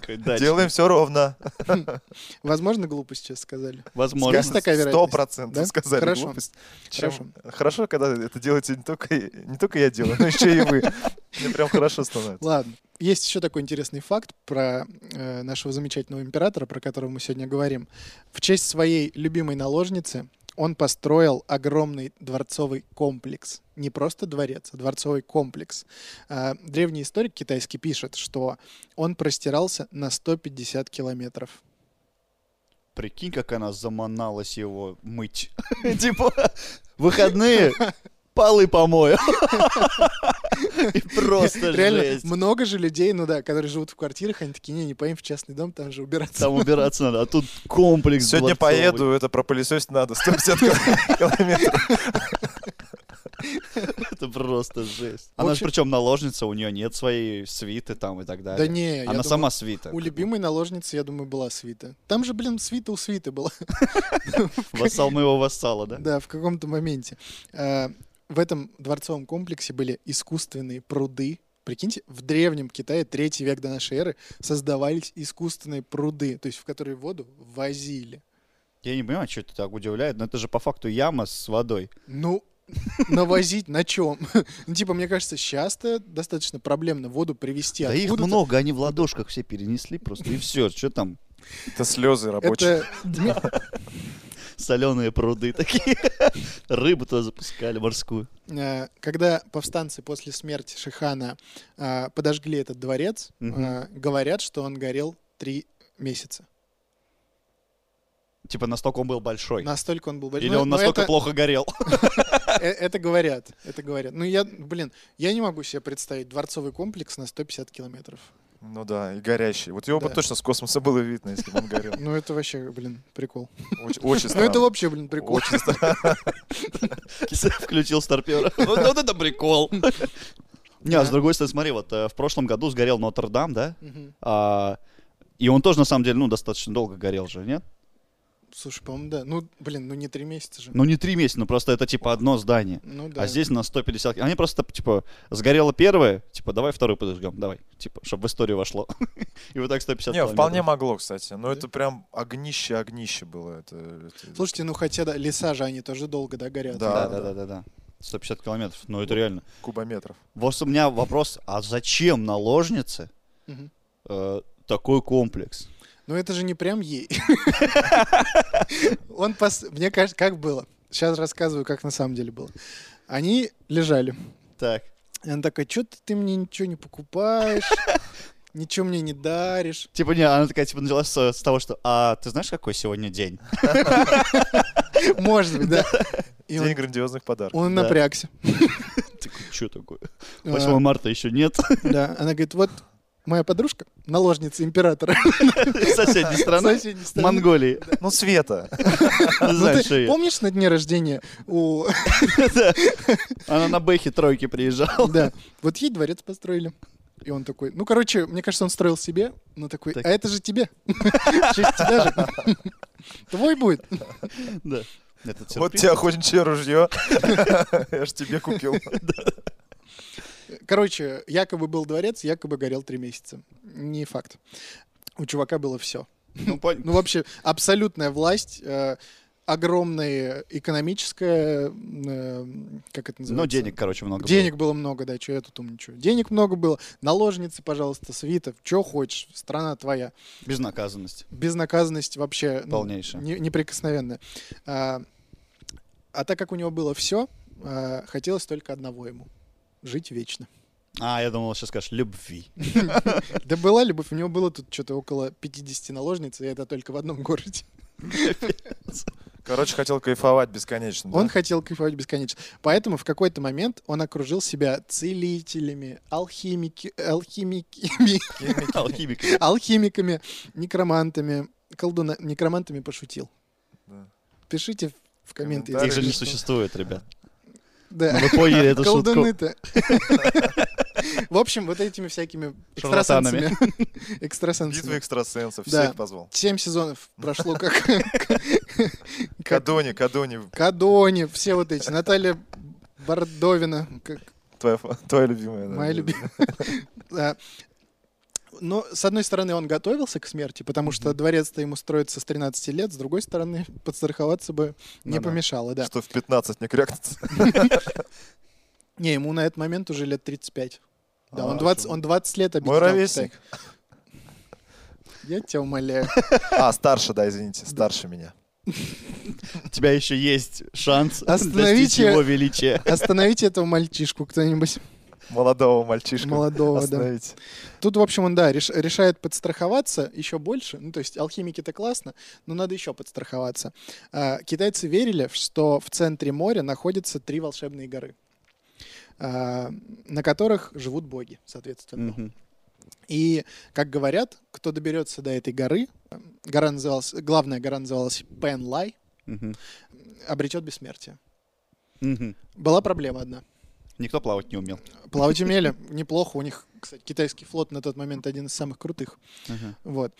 Speaker 3: Такой дача.
Speaker 2: делаем все ровно.
Speaker 1: Возможно, глупо сейчас сказали.
Speaker 3: Возможно.
Speaker 1: Есть такая
Speaker 2: Сто
Speaker 1: вероятность?
Speaker 2: процентов
Speaker 1: Да?
Speaker 2: сказали
Speaker 1: Хорошо.
Speaker 2: глупость. Чем-
Speaker 1: Хорошо.
Speaker 2: Хорошо, когда это делаете не только, не только я делаю, но еще и вы. Мне прям хорошо становится.
Speaker 1: Ладно. Есть еще такой интересный факт про э, нашего замечательного императора, про которого мы сегодня говорим. В честь своей любимой наложницы он построил огромный дворцовый комплекс. Не просто дворец, а дворцовый комплекс. А, древний историк китайский пишет, что он простирался на 150 километров.
Speaker 3: Прикинь, как она заманалась его мыть. Типа, выходные, полы помою. И просто
Speaker 1: Реально,
Speaker 3: жесть.
Speaker 1: много же людей, ну да, которые живут в квартирах, они такие, не, не поим в частный дом, там же убираться.
Speaker 3: Там убираться надо, а тут комплекс
Speaker 2: Сегодня
Speaker 3: дворцовый.
Speaker 2: поеду, это пропылесосить надо. 150 километров.
Speaker 3: Это просто жесть.
Speaker 1: В
Speaker 3: Она же
Speaker 1: общем-
Speaker 3: причем наложница, у нее нет своей свиты там и так далее.
Speaker 1: Да не, я
Speaker 3: Она
Speaker 1: думаю,
Speaker 3: сама свита.
Speaker 1: у любимой наложницы, я думаю, была свита. Там же, блин, свита у свиты была.
Speaker 3: Вассал моего вассала, да?
Speaker 1: Да, в каком-то моменте. Э, В этом дворцовом комплексе были искусственные пруды. Прикиньте, в древнем Китае, третий век до нашей эры, создавались искусственные пруды, то есть в которые воду возили.
Speaker 3: Я не понимаю, что это так удивляет, но это же по факту яма с водой.
Speaker 1: Ну, навозить на чем? Ну, типа, мне кажется, часто достаточно проблемно воду привезти
Speaker 3: Да их
Speaker 1: откуда-то.
Speaker 3: много, они в ладошках все перенесли просто, и все, что там,
Speaker 2: Это слезы рабочих.
Speaker 1: Это мне-
Speaker 3: соленые пруды такие, рыбу туда запускали морскую.
Speaker 1: Э, когда повстанцы после смерти Шихана э, подожгли этот дворец,
Speaker 3: Мгм.
Speaker 1: э, говорят, что он горел три месяца.
Speaker 3: Типа настолько он был большой.
Speaker 1: Настолько он был большой.
Speaker 3: Или
Speaker 1: Ну,
Speaker 3: он
Speaker 1: но
Speaker 3: настолько
Speaker 1: это-
Speaker 3: плохо горел.
Speaker 1: э, Это говорят, это говорят. Ну, я, блин, я не могу себе представить дворцовый комплекс на 150 километров.
Speaker 2: Ну да, и горящий. Вот его бы
Speaker 1: Да.
Speaker 2: точно с космоса было видно, если бы он горел.
Speaker 1: Ну, это вообще, блин, прикол.
Speaker 2: Очень, очень
Speaker 1: Ну, это
Speaker 2: странно.
Speaker 1: вообще, блин, прикол.
Speaker 2: Очень странно.
Speaker 3: Включил старпера. Вот вот это прикол. Не, а с
Speaker 1: Да.
Speaker 3: другой стороны, смотри, вот э, в прошлом году сгорел Нотр-Дам, да?
Speaker 1: Мгм.
Speaker 3: А, И он тоже, на самом деле, ну, достаточно долго горел же, нет?
Speaker 1: Слушай, по-моему, да. Ну, блин, ну не три месяца же.
Speaker 3: Ну, не три месяца, ну, просто это, типа, одно здание.
Speaker 1: Ну, да.
Speaker 3: А здесь на 150... Они просто, типа, сгорело первое, типа, давай вторую подожгем, давай. Типа, чтобы в историю вошло. И вот так 150
Speaker 2: Не, вполне
Speaker 3: километров.
Speaker 2: могло, кстати. Но
Speaker 1: Да.
Speaker 2: это прям огнище-огнище было. Это- это-
Speaker 1: Слушайте, ну хотя да, леса же они тоже долго, да, горят.
Speaker 2: Да,
Speaker 3: Да, да, да, да, да. 150 километров. Ну, это реально.
Speaker 2: Кубометров.
Speaker 3: Вот у меня вопрос, а зачем наложнице
Speaker 1: Мгм.
Speaker 3: э, такой комплекс?
Speaker 1: Ну это же не прям ей. Он пос... Мне кажется, как было. Сейчас рассказываю, как на самом деле было. Они лежали.
Speaker 3: Так.
Speaker 1: И она такая, что ты мне ничего не покупаешь, ничего мне не даришь.
Speaker 3: Типа, не, она такая, типа, началась с, с того, что, а ты знаешь, какой сегодня день?
Speaker 1: Может быть, да. И
Speaker 2: День
Speaker 1: он,
Speaker 2: грандиозных подарков.
Speaker 1: он
Speaker 3: да.
Speaker 1: напрягся.
Speaker 3: Такой, что такое?
Speaker 1: А,
Speaker 3: 8 марта еще нет.
Speaker 1: Да, она говорит, вот моя подружка, наложница императора
Speaker 3: Из Соседней страны.
Speaker 1: соседней страны.
Speaker 3: Монголии.
Speaker 2: Ну, Света.
Speaker 3: Не
Speaker 1: Ну,
Speaker 3: знаю, что
Speaker 1: ты
Speaker 3: я.
Speaker 1: помнишь на дне рождения у...
Speaker 3: Она на Бэхе тройки приезжала.
Speaker 1: Да, вот ей дворец построили. И он такой, ну, короче, мне кажется, он строил себе, но такой,
Speaker 3: Так.
Speaker 1: а это же тебе. В честь тебя же. Твой будет.
Speaker 3: Да. Этот
Speaker 2: Вот
Speaker 3: сюрприз.
Speaker 2: тебе охотничье ружье. Я ж тебе купил.
Speaker 1: Короче, якобы был дворец, якобы горел три месяца. Не факт. У чувака было все.
Speaker 3: Ну, пон-
Speaker 1: Ну, вообще, абсолютная власть, э, огромная экономическая, э, как это называется?
Speaker 3: Ну, денег, короче, много.
Speaker 1: Денег было много, да, что я тут умничаю. Денег много было, наложницы, пожалуйста, свитов, что хочешь, страна твоя.
Speaker 3: было. Безнаказанность.
Speaker 1: Безнаказанность вообще ну,
Speaker 3: Полнейшая.
Speaker 1: не- неприкосновенная. А, а так как у него было все, хотелось только одного ему — жить вечно.
Speaker 3: А, я думал, сейчас скажешь, любви.
Speaker 1: Да была любовь, у него было тут что-то около 50 наложниц, и это только в одном городе.
Speaker 2: Короче, хотел кайфовать бесконечно. да?
Speaker 1: Он хотел кайфовать бесконечно. Поэтому в какой-то момент он окружил себя целителями, алхимики, алхимиками,
Speaker 2: Химик.
Speaker 3: Алхимик.
Speaker 1: алхимиками, некромантами, колдуна... Некромантами пошутил.
Speaker 2: Да.
Speaker 1: Пишите в- в комменты.
Speaker 2: Комментарии.
Speaker 3: Их
Speaker 1: если
Speaker 3: же не
Speaker 1: что.
Speaker 3: существует, ребят. Ну,
Speaker 1: Да.
Speaker 3: Вы поняли эту шутку.
Speaker 1: Колдуны-то. В общем, вот этими всякими
Speaker 3: Шарлатанами.
Speaker 1: экстрасенсами.
Speaker 2: Битва
Speaker 1: Экстрасенсами.
Speaker 2: экстрасенсов.
Speaker 1: Да.
Speaker 2: Всех позвал.
Speaker 1: Семь сезонов прошло как... как
Speaker 2: Кадони, Кадони,
Speaker 1: Кадони, все вот эти. Наталья Бордовина, как
Speaker 2: твоя, фа- твоя любимая. да.
Speaker 1: моя любимая. Да. Но, с одной стороны, он готовился к смерти, потому что дворец-то ему строится с 13 лет, с другой стороны, подстраховаться бы не
Speaker 3: Ну да.
Speaker 1: помешало, да.
Speaker 2: Что в 15 не крякнется.
Speaker 1: Не, ему на этот момент уже лет 35. Да,
Speaker 2: А,
Speaker 1: он, 20,
Speaker 2: что?
Speaker 1: он 20 лет объединял
Speaker 2: Мой ровесник.
Speaker 1: Китай. Я тебя умоляю.
Speaker 2: А, старше, да, извините, старше меня.
Speaker 3: У тебя еще есть шанс достичь
Speaker 1: Остановите.
Speaker 3: его величия.
Speaker 1: Остановите этого мальчишку кто-нибудь
Speaker 2: Молодого мальчишку.
Speaker 1: молодого, да.
Speaker 2: Остановите.
Speaker 1: Тут, в общем, он, да, реш- решает подстраховаться еще больше. Ну, то есть алхимики-то классно, но надо еще подстраховаться. А, китайцы верили, что в центре моря находятся три волшебные горы, а, на которых живут боги, соответственно.
Speaker 3: Мгм.
Speaker 1: И, как говорят, кто доберется до этой горы, гора называлась, главная гора называлась Пенлай,
Speaker 3: Мгм.
Speaker 1: обретет бессмертие.
Speaker 3: Мгм.
Speaker 1: Была проблема одна.
Speaker 3: Никто плавать не умел.
Speaker 1: Плавать умели, неплохо. У них, кстати, китайский флот на тот момент один из самых крутых.
Speaker 3: Ага.
Speaker 1: Вот.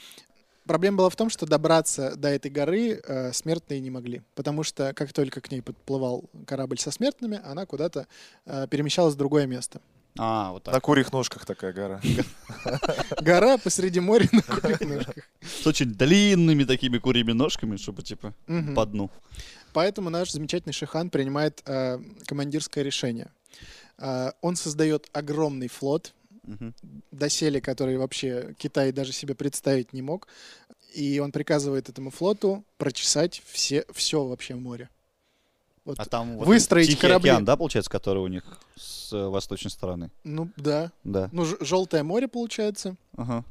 Speaker 1: Проблема была в том, что добраться до этой горы э, смертные не могли, потому что как только к ней подплывал корабль со смертными, она куда-то э, перемещалась в другое место.
Speaker 3: А, вот так.
Speaker 2: На курьих ножках такая гора.
Speaker 1: Гора посреди моря на курьих ножках.
Speaker 3: С очень длинными такими курьими ножками, чтобы типа
Speaker 1: Мгм.
Speaker 3: по дну.
Speaker 1: Поэтому наш замечательный Шихан принимает э, командирское решение. Э, он создает огромный флот,
Speaker 3: Мгм.
Speaker 1: доселе, который вообще Китай даже себе представить не мог. И он приказывает этому флоту прочесать все, все вообще море. Вот.
Speaker 3: А там вот
Speaker 1: Выстроить
Speaker 3: Тихий
Speaker 1: корабли.
Speaker 3: океан, да, получается, который у них с э, восточной стороны?
Speaker 1: Ну да.
Speaker 3: Да.
Speaker 1: Ну, ж- желтое море получается,
Speaker 3: Ага.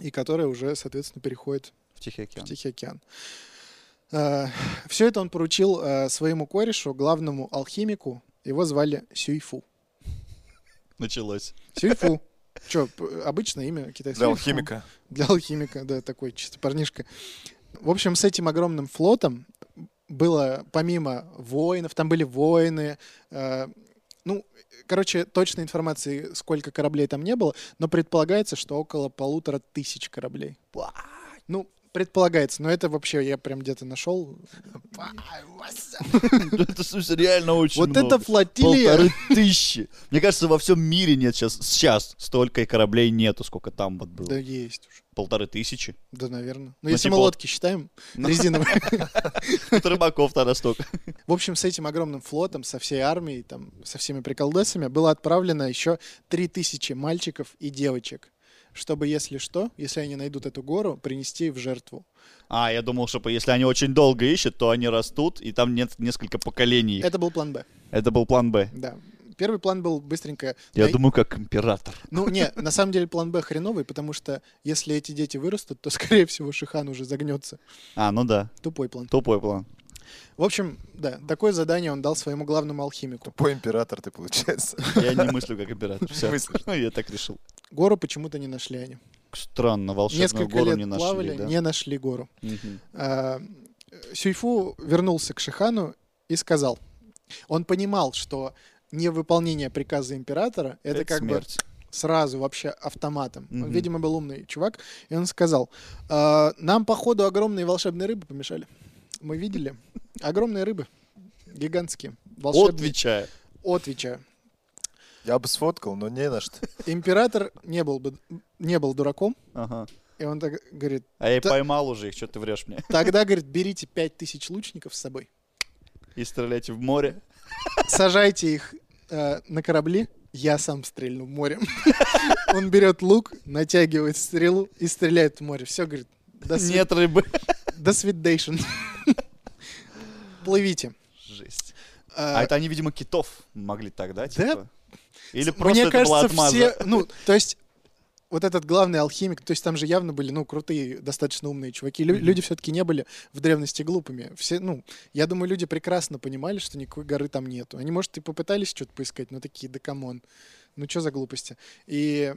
Speaker 1: и которое уже, соответственно, переходит
Speaker 3: В Тихий
Speaker 1: в
Speaker 3: океан.
Speaker 1: Тихий океан. Все это он поручил э, своему корешу, главному алхимику. Его звали Сюйфу.
Speaker 3: Началось.
Speaker 1: Сюйфу. Че, обычное имя китайского.
Speaker 2: Для алхимика.
Speaker 1: Для алхимика, да, такой чисто парнишка. В общем, с этим огромным флотом было, помимо воинов, там были воины, э, ну, короче, точной информации, сколько кораблей там не было, но предполагается, что около полутора тысяч кораблей. Ну, предполагается, но это вообще я прям где-то нашел.
Speaker 3: Ну, Это, в смысле, реально очень
Speaker 1: Вот это
Speaker 3: много.
Speaker 1: флотилия!
Speaker 3: Полторы тысячи. Мне кажется, во всем мире нет сейчас. Сейчас столько и кораблей нету, сколько там вот
Speaker 1: Да
Speaker 3: было.
Speaker 1: есть уже.
Speaker 3: Полторы тысячи.
Speaker 1: Да, наверное. Ну,
Speaker 3: Ну,
Speaker 1: если мы
Speaker 3: типа вот-
Speaker 1: лодки считаем, резиновые.
Speaker 3: Тут рыбаков-то на столько.
Speaker 1: В общем, с этим огромным флотом, со всей армией, там, со всеми приколдесами было отправлено еще 3000 мальчиков и девочек, чтобы, если что, если они найдут эту гору, принести в жертву.
Speaker 3: А, я думал, что если они очень долго ищут, то они растут, и там нет несколько поколений. их.
Speaker 1: Это был план Б,
Speaker 3: Это был план Б.
Speaker 1: да. Первый план был быстренько...
Speaker 3: Я
Speaker 1: най-
Speaker 3: думаю, как император.
Speaker 1: Ну, не, на самом деле план Б хреновый, потому что если эти дети вырастут, то, скорее всего, Шихан уже загнется.
Speaker 3: А, ну да,
Speaker 1: Тупой план.
Speaker 3: тупой план.
Speaker 1: В общем, да, такое задание он дал своему главному алхимику.
Speaker 2: По император ты, получается.
Speaker 3: Я не мыслю как император. Всё.
Speaker 2: мыслишь.
Speaker 3: Ну, я так решил.
Speaker 1: Гору почему-то не нашли они.
Speaker 3: Странно, волшебную
Speaker 1: Несколько
Speaker 3: гору не
Speaker 1: лет
Speaker 3: нашли,
Speaker 1: плавали,
Speaker 3: да?
Speaker 1: не нашли гору.
Speaker 3: Мгм.
Speaker 1: А, Сюйфу вернулся к Шихану и сказал. Он понимал, что невыполнение приказа императора это, как
Speaker 3: смерть.
Speaker 1: бы сразу вообще автоматом. Он,
Speaker 3: Мгм.
Speaker 1: видимо, был умный чувак, и он сказал: «А, Нам, походу, огромные волшебные рыбы помешали. Мы видели. Огромные рыбы. Гигантские. Волшебные.
Speaker 3: Отвечаю.
Speaker 1: Отвечаю.
Speaker 2: Я бы сфоткал, но не на что.
Speaker 1: Император не был бы не был дураком.
Speaker 3: Ага.
Speaker 1: И он так говорит:
Speaker 3: А я и
Speaker 1: Та-
Speaker 3: поймал уже их, что ты врешь мне.
Speaker 1: тогда, говорит, берите пять тысяч лучников с собой.
Speaker 3: И стреляйте в море.
Speaker 1: сажайте их э, на корабли, я сам стрельну в море. Он берет лук, натягивает стрелу и стреляет в море. Все, говорит, до, свид-
Speaker 3: Нет рыбы.
Speaker 1: до свидейшн. Плывите.
Speaker 3: Жесть.
Speaker 1: А,
Speaker 3: А это они, видимо, китов могли тогда, типа? Или просто
Speaker 1: Мне
Speaker 3: это
Speaker 1: кажется,
Speaker 3: была отмаза?
Speaker 1: все... Ну, то есть... Вот этот главный алхимик, то есть там же явно были, ну, крутые, достаточно умные чуваки. Лю-
Speaker 3: Мгм.
Speaker 1: Люди все-таки не были в древности глупыми. Все, ну, я думаю, люди прекрасно понимали, что никакой горы там нету. Они, может, и попытались что-то поискать, но такие, да камон, ну, что за глупости. И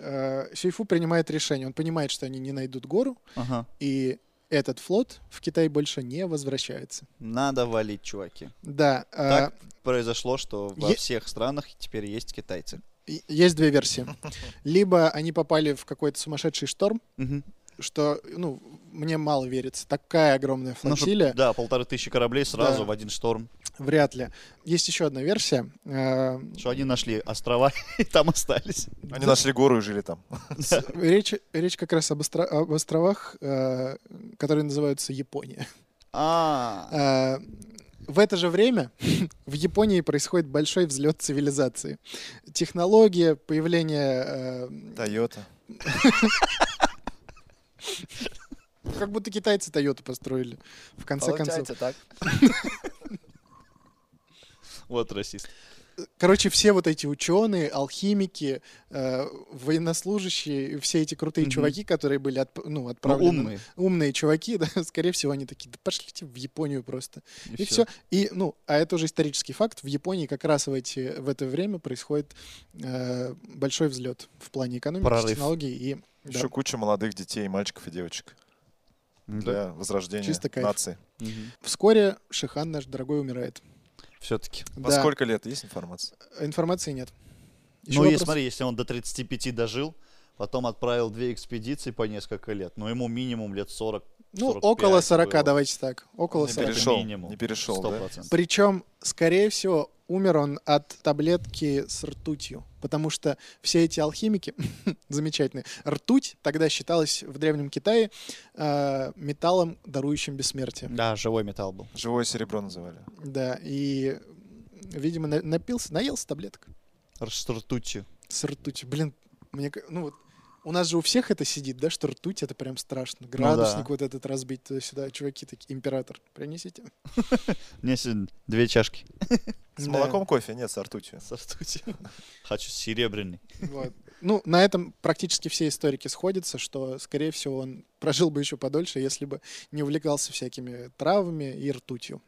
Speaker 1: э, Сюйфу принимает решение. Он понимает, что они не найдут гору,
Speaker 3: Ага.
Speaker 1: и этот флот в Китай больше не возвращается.
Speaker 3: Надо валить, чуваки.
Speaker 1: Да, э,
Speaker 3: Так произошло, что во
Speaker 1: Е-
Speaker 3: всех странах теперь есть китайцы.
Speaker 1: и- есть две версии. Либо они попали в какой-то сумасшедший шторм,
Speaker 3: Мгм.
Speaker 1: что, ну, мне мало верится. Такая огромная
Speaker 3: Ну, чтоб-
Speaker 1: флотилия.
Speaker 3: да, полторы тысячи кораблей сразу
Speaker 1: Да.
Speaker 3: в один шторм.
Speaker 1: Вряд ли. Есть еще одна версия. Э,
Speaker 3: Что они нашли острова и там остались.
Speaker 2: Они нашли гору и жили там.
Speaker 1: с- Речь, речь как раз об, остро- об островах, э, которые называются Япония.
Speaker 3: А,
Speaker 1: Э, в это же время в Японии происходит большой взлет цивилизации. Технология, появление... э,
Speaker 2: Тойота.
Speaker 1: как будто китайцы Тойоту построили, в конце концов.
Speaker 2: так.
Speaker 3: вот расист. Ну,
Speaker 1: Короче, все вот эти ученые, алхимики, э, военнослужащие, все эти крутые
Speaker 3: Мгм.
Speaker 1: чуваки, которые были отп- ну,
Speaker 3: Ну,
Speaker 1: отправлены.
Speaker 3: умный.
Speaker 1: умные чуваки, да, скорее всего, они такие, да пошлите в Японию просто. И,
Speaker 3: всё.
Speaker 1: все. И, ну, а это уже исторический факт. В Японии как раз в, эти, в это время происходит э, большой взлет в плане экономики,
Speaker 3: Прорыв.
Speaker 1: технологий и да,
Speaker 2: Еще куча молодых детей, мальчиков и девочек.
Speaker 3: Да.
Speaker 2: Для возрождения
Speaker 1: Чисто кайф.
Speaker 2: нации.
Speaker 3: Мгм.
Speaker 1: Вскоре Шихан наш дорогой умирает.
Speaker 3: все-таки.
Speaker 2: Во
Speaker 1: Да.
Speaker 2: сколько лет есть информация?
Speaker 1: Информации нет. Ещё
Speaker 3: Ну и
Speaker 1: вопрос?
Speaker 3: смотри, если он до 35 дожил, потом отправил две экспедиции по несколько лет, но ему минимум лет 40.
Speaker 1: Ну,
Speaker 3: 45
Speaker 1: около 40,
Speaker 3: было.
Speaker 1: давайте так. Около
Speaker 3: Не
Speaker 1: 40.
Speaker 3: перешёл.
Speaker 2: Перешел.
Speaker 3: минимум.
Speaker 2: Не перешел, да?
Speaker 3: 100%.
Speaker 1: Причем, скорее всего, умер он от таблетки с ртутью, потому что все эти алхимики, замечательные, ртуть тогда считалась в Древнем Китае э, металлом, дарующим бессмертие.
Speaker 3: Да, живой металл был.
Speaker 2: Живое серебро называли.
Speaker 1: Да, и, видимо, на- напился, наелся таблеток
Speaker 3: С ртутью.
Speaker 1: с ртутью. Блин, мне, ка- ну вот, у нас же у всех это сидит, да, что ртуть это прям страшно. Градусник вот этот разбить туда-сюда. Чуваки такие, император, принесите.
Speaker 3: Мне сегодня две чашки.
Speaker 2: С
Speaker 1: Да.
Speaker 2: молоком кофе? Нет, с ртутью.
Speaker 3: С ртутью. Хочу серебряный.
Speaker 1: Вот. Ну, на этом практически все историки сходятся, что, скорее всего, он прожил бы еще подольше, если бы не увлекался всякими травами и ртутью.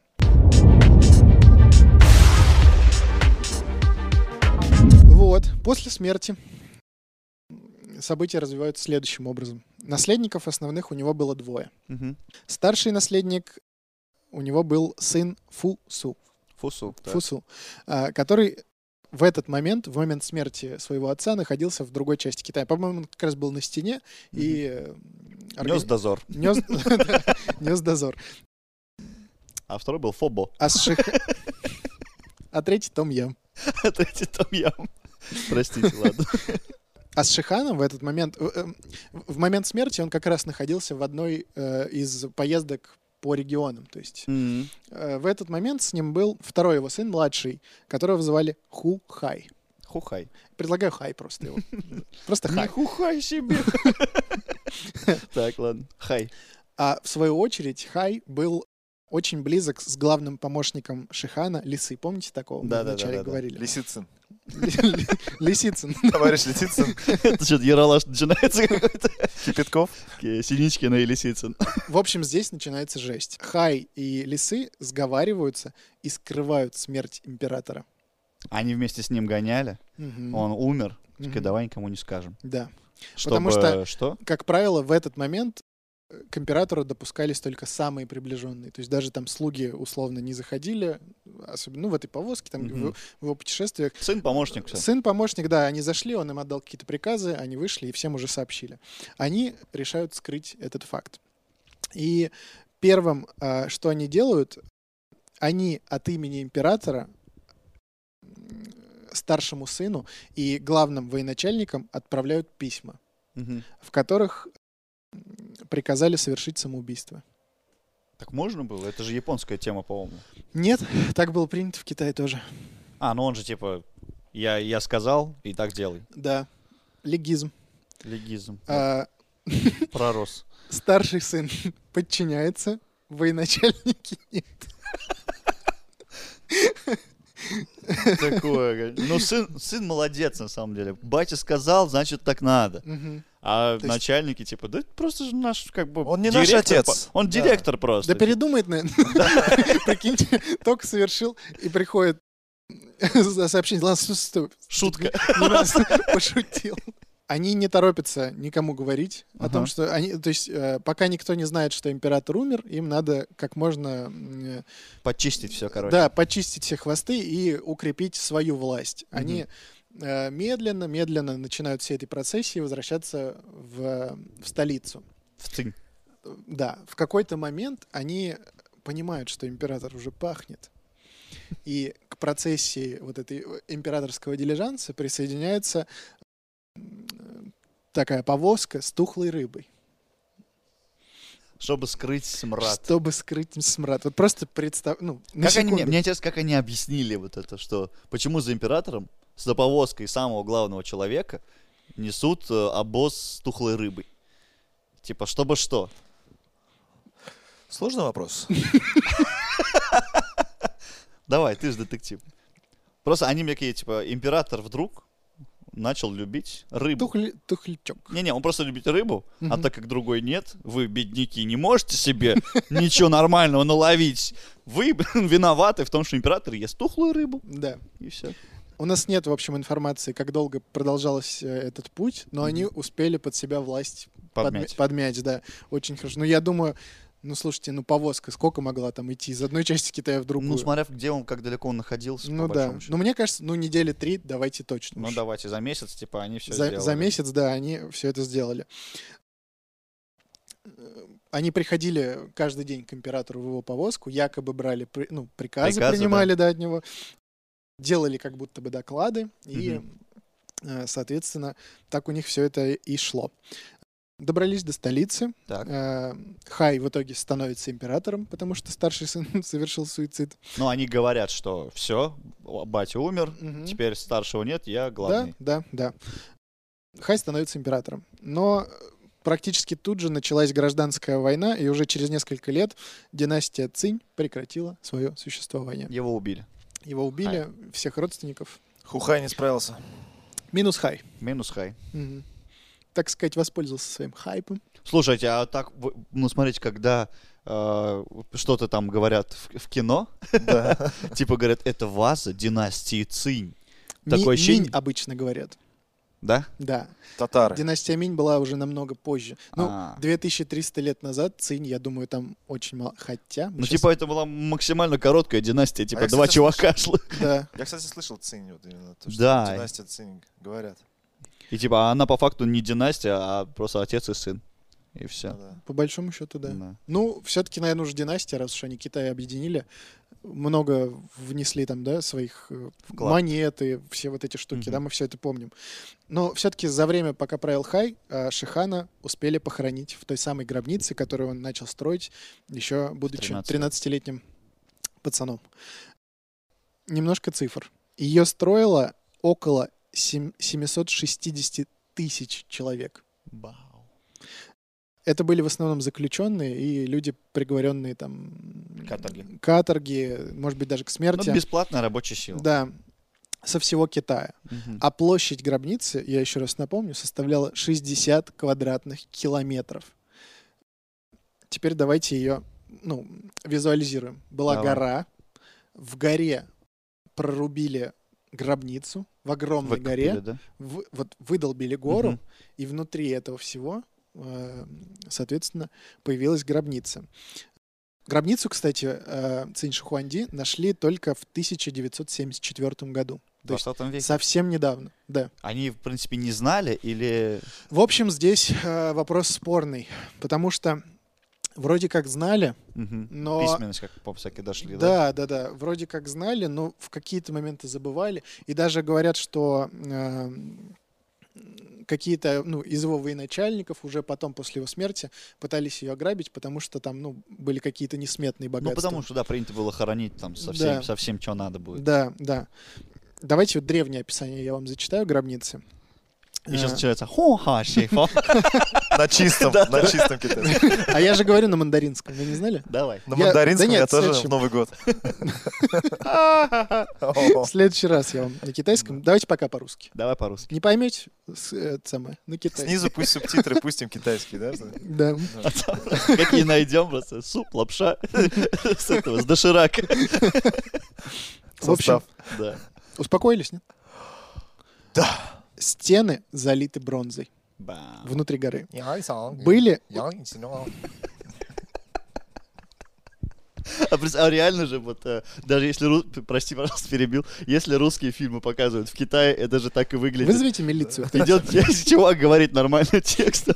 Speaker 1: Вот, после смерти события развиваются следующим образом. Наследников основных у него было двое.
Speaker 3: Мгм.
Speaker 1: Старший наследник у него был сын Фусу.
Speaker 3: Фусу. да.
Speaker 1: Фусу, а, который в этот момент, в момент смерти своего отца, находился в другой части Китая. По-моему, он как раз был на стене и... э,
Speaker 3: Нёс
Speaker 1: органи-
Speaker 3: дозор.
Speaker 1: Нёс да, нёс дозор.
Speaker 3: А второй был Фобо.
Speaker 1: А с Шиха- А третий том я.
Speaker 3: А третий Том Ям. Простите, ладно.
Speaker 1: А с Шиханом в этот момент... э, э, В момент смерти он как раз находился в одной э, из поездок по регионам. То есть
Speaker 3: Мгм.
Speaker 1: э, в этот момент с ним был второй его сын, младший, которого звали Ху Хай.
Speaker 3: Хухай.
Speaker 1: Предлагаю Хай просто его. Просто Хай.
Speaker 3: Не хухай себе. Так, ладно. Хай.
Speaker 1: А в свою очередь Хай был очень близок с главным помощником Шихана Лисы. Помните такого? Мы
Speaker 3: Да-да-да-да-да.
Speaker 1: вначале говорили.
Speaker 2: Лисицын.
Speaker 1: Лисицын.
Speaker 2: Товарищ Лисицын.
Speaker 3: Это что-то Ералаш начинается какой-то.
Speaker 2: Кипятков.
Speaker 3: Окей, Синичкина и Лисицын.
Speaker 1: В общем, здесь начинается жесть. Хай и Лисы сговариваются и скрывают смерть императора.
Speaker 3: Они вместе с ним гоняли.
Speaker 1: Мгм.
Speaker 3: Он умер. Такие,
Speaker 1: Мгм.
Speaker 3: давай никому не скажем.
Speaker 1: Да.
Speaker 3: Чтобы
Speaker 1: Потому что-
Speaker 3: что?
Speaker 1: Как правило, в этот момент э, к императору допускались только самые приближенные. То есть даже там слуги условно не заходили, особенно ну, в этой повозке, там,
Speaker 3: Мгм.
Speaker 1: в- в его путешествиях.
Speaker 3: Сын помощник. всё.
Speaker 1: Сын помощник, да, они зашли, он им отдал какие-то приказы, они вышли и всем уже сообщили. Они решают скрыть этот факт. И первым, а, что они делают, они от имени императора м, старшему сыну и главным военачальникам отправляют письма,
Speaker 3: Мгм.
Speaker 1: в которых м, приказали совершить самоубийство.
Speaker 3: Так можно было? Это же японская тема, по-моему.
Speaker 1: Нет, так было принято в Китае тоже.
Speaker 3: А, ну он же типа, я, я сказал, и так делай.
Speaker 1: Да, легизм.
Speaker 3: Легизм.
Speaker 1: А,
Speaker 3: Пророс.
Speaker 1: старший сын подчиняется, военачальники нет.
Speaker 3: Такое. говорит. Ну, сын, сын молодец, на самом деле. Батя сказал, значит, так надо.
Speaker 1: Мгм.
Speaker 3: А
Speaker 1: То есть-
Speaker 3: начальники, типа, да это просто же наш, как бы...
Speaker 2: Он не наш
Speaker 3: директор
Speaker 2: отец.
Speaker 3: по- Он
Speaker 2: Да.
Speaker 3: директор просто.
Speaker 1: Да передумает, наверное. Прикиньте, только совершил, и приходит сообщение. Ладно, стой, стой,
Speaker 3: типа, Шутка.
Speaker 1: не надо, пошутил. Они не торопятся никому говорить о том,
Speaker 3: Ага.
Speaker 1: что они, то есть, э, пока никто не знает, что император умер, им надо как можно, м, э,
Speaker 3: Почистить все, короче.
Speaker 1: да, почистить все хвосты и укрепить свою власть. Они э, медленно, медленно начинают все этой процессии возвращаться в, э, в столицу.
Speaker 3: В тынь.
Speaker 1: да, в какой-то момент они понимают, что император уже пахнет. И к процессии вот этой э, императорского дилижанса присоединяется м, такая повозка с тухлой рыбой,
Speaker 3: Чтобы скрыть смрад.
Speaker 1: чтобы скрыть смрад. Вот просто представь, ну, на
Speaker 3: Как они, мне,
Speaker 1: секунду.
Speaker 3: мне интересно, как они объяснили вот это, что почему за императором с доповозкой самого главного человека несут э, обоз с тухлой рыбой. Типа, чтобы что?
Speaker 2: Сложный вопрос.
Speaker 3: Давай, ты же детектив. Просто они мне такие, типа, император вдруг начал любить рыбу.
Speaker 1: Тухль- тухлячок.
Speaker 3: Не-не, он просто любит рыбу, а
Speaker 1: Мгм.
Speaker 3: так как другой нет, вы, бедняки, не можете себе ничего нормального наловить. Вы виноваты в том, что император ест тухлую рыбу,
Speaker 1: Да.
Speaker 3: и все.
Speaker 1: У нас нет, в общем, информации, как долго продолжался этот путь, но они успели под себя власть подмя-
Speaker 3: Подмять.
Speaker 1: подмять, да, очень хорошо. Но я думаю, Ну, слушайте, ну повозка сколько могла там идти из одной части Китая в другую?
Speaker 3: Ну, смотря где он, как далеко он находился,
Speaker 1: Ну,
Speaker 3: по
Speaker 1: да.
Speaker 3: большому счету.
Speaker 1: Ну, мне кажется, ну, недели три давайте точно.
Speaker 3: Ну,
Speaker 1: уж.
Speaker 3: давайте, за месяц, типа, они все
Speaker 1: за, за месяц, да, они все это сделали. Э, Они приходили каждый день к императору в его повозку, якобы брали при- ну, приказы,
Speaker 3: Приказы,
Speaker 1: принимали да. от него, делали как будто бы доклады, и,
Speaker 3: Мгм.
Speaker 1: э, соответственно, так у них все это и шло. Добрались до столицы.
Speaker 3: Так.
Speaker 1: Э, Хай в итоге становится императором, потому что старший сын совершил суицид.
Speaker 3: Ну, они говорят, что все, батя умер,
Speaker 1: Мгм.
Speaker 3: теперь старшего нет, я главный.
Speaker 1: Да, да, да. Хай становится императором. Но э, практически тут же началась гражданская война, и уже через несколько лет династия Цинь прекратила свое существование.
Speaker 3: Его убили.
Speaker 1: Его убили, всех родственников.
Speaker 2: Хухай не справился.
Speaker 1: Минус Хай.
Speaker 3: Минус хай.
Speaker 1: Мгм. Так сказать, воспользовался своим хайпом.
Speaker 3: Слушайте, а так, вы- ну, смотрите, когда э, что-то там говорят в, в кино,
Speaker 2: Да.
Speaker 3: типа говорят, это ваза династии Цинь,
Speaker 1: Ми-
Speaker 3: Такое ощущение-
Speaker 1: Минь обычно говорят.
Speaker 3: да?
Speaker 1: Да.
Speaker 2: Татары.
Speaker 1: Династия Минь была уже намного позже. Ну,
Speaker 3: А.
Speaker 1: 2300 лет назад Цинь, я думаю, там очень мало. Хотя... мы
Speaker 3: Ну,
Speaker 1: щас-
Speaker 3: типа, это была максимально короткая династия,
Speaker 1: А
Speaker 3: типа,
Speaker 2: я,
Speaker 3: два
Speaker 2: кстати,
Speaker 3: чувака шло.
Speaker 1: Да.
Speaker 2: Я, кстати, слышал цинь вот именно. То, что
Speaker 3: Да.
Speaker 2: Династия цинь, говорят.
Speaker 3: И, типа, она по факту не династия, а просто отец и сын. И все.
Speaker 2: Ну Да.
Speaker 1: По большому счету, да. Ну, все-таки, наверное, уже династия, раз уж они Китай объединили, много внесли там, да, своих э,
Speaker 3: Вклад.
Speaker 1: монеты, все вот эти штуки,
Speaker 3: Мгм.
Speaker 1: да, мы все это помним. Но все-таки за время, пока правил Хай, э, Шихана успели похоронить в той самой гробнице, которую он начал строить, еще будучи
Speaker 3: 13.
Speaker 1: 13-летним пацаном. Немножко цифр. Ее строило около сем- 760 тысяч человек.
Speaker 3: Бау.
Speaker 1: Это были в основном заключенные и люди, приговоренные там...
Speaker 3: Каторги.
Speaker 1: Каторги, может быть, даже к смерти.
Speaker 3: Ну, бесплатная рабочая сила.
Speaker 1: Да, со всего Китая.
Speaker 3: Мгм.
Speaker 1: А площадь гробницы, я еще раз напомню, составляла 60 квадратных километров. Теперь давайте ее ну, визуализируем. Была
Speaker 3: Давай.
Speaker 1: гора. В горе прорубили гробницу в огромной
Speaker 3: Выкопали,
Speaker 1: горе.
Speaker 3: да?
Speaker 1: В- вот выдолбили гору,
Speaker 3: Мгм.
Speaker 1: и внутри этого всего, э, соответственно, появилась гробница. Гробницу, кстати, э, Цинь Шихуанди нашли только в 1974 году.
Speaker 3: В
Speaker 1: То есть
Speaker 3: 20 веке.
Speaker 1: совсем недавно, да.
Speaker 3: Они, в принципе, не знали или...
Speaker 1: В общем, здесь э, вопрос спорный, потому что вроде как знали,
Speaker 3: Мгм.
Speaker 1: но...
Speaker 3: Письменность, как по всякие дошли, да?
Speaker 1: Да, да, да. Вроде как знали, но в какие-то моменты забывали. И даже говорят, что э, какие-то ну, из его военачальников уже потом, после его смерти, пытались ее ограбить, потому что там ну, были какие-то несметные богатства.
Speaker 3: Ну, потому что, да, принято было хоронить там со всем,
Speaker 1: Да.
Speaker 3: со всем, что надо будет.
Speaker 1: Да, да. Давайте вот древнее описание я вам зачитаю гробницы.
Speaker 3: И сейчас
Speaker 1: Э,
Speaker 3: начинается «Хо-ха, шейфа».
Speaker 2: На чистом, на чистом китайском.
Speaker 1: А я же говорю на мандаринском, вы не знали?
Speaker 3: Давай.
Speaker 2: На
Speaker 1: Я-
Speaker 2: мандаринском
Speaker 1: да
Speaker 2: я
Speaker 1: нет,
Speaker 2: тоже
Speaker 1: зачем?
Speaker 2: в Новый год.
Speaker 1: В следующий раз я вам на китайском. Давайте пока по-русски.
Speaker 3: Давай по-русски.
Speaker 1: Не поймете, с- э, это самое, на китайском.
Speaker 2: Снизу пусть субтитры пустим китайские, да?
Speaker 1: Да.
Speaker 3: Какие найдем просто? Суп, лапша с этого, с доширака.
Speaker 1: В общем,
Speaker 2: Состав.
Speaker 3: Да.
Speaker 1: Успокоились, нет?
Speaker 2: Да.
Speaker 1: Стены залиты бронзой
Speaker 3: Бам.
Speaker 1: внутри горы.
Speaker 2: Были?
Speaker 1: Были...
Speaker 3: А, прис- а реально же, вот, э, даже если, ру- прости, пожалуйста, перебил, если русские фильмы показывают в Китае, это же так и выглядит.
Speaker 1: Вызовите милицию.
Speaker 3: Идет чувак, говорит нормальный текст,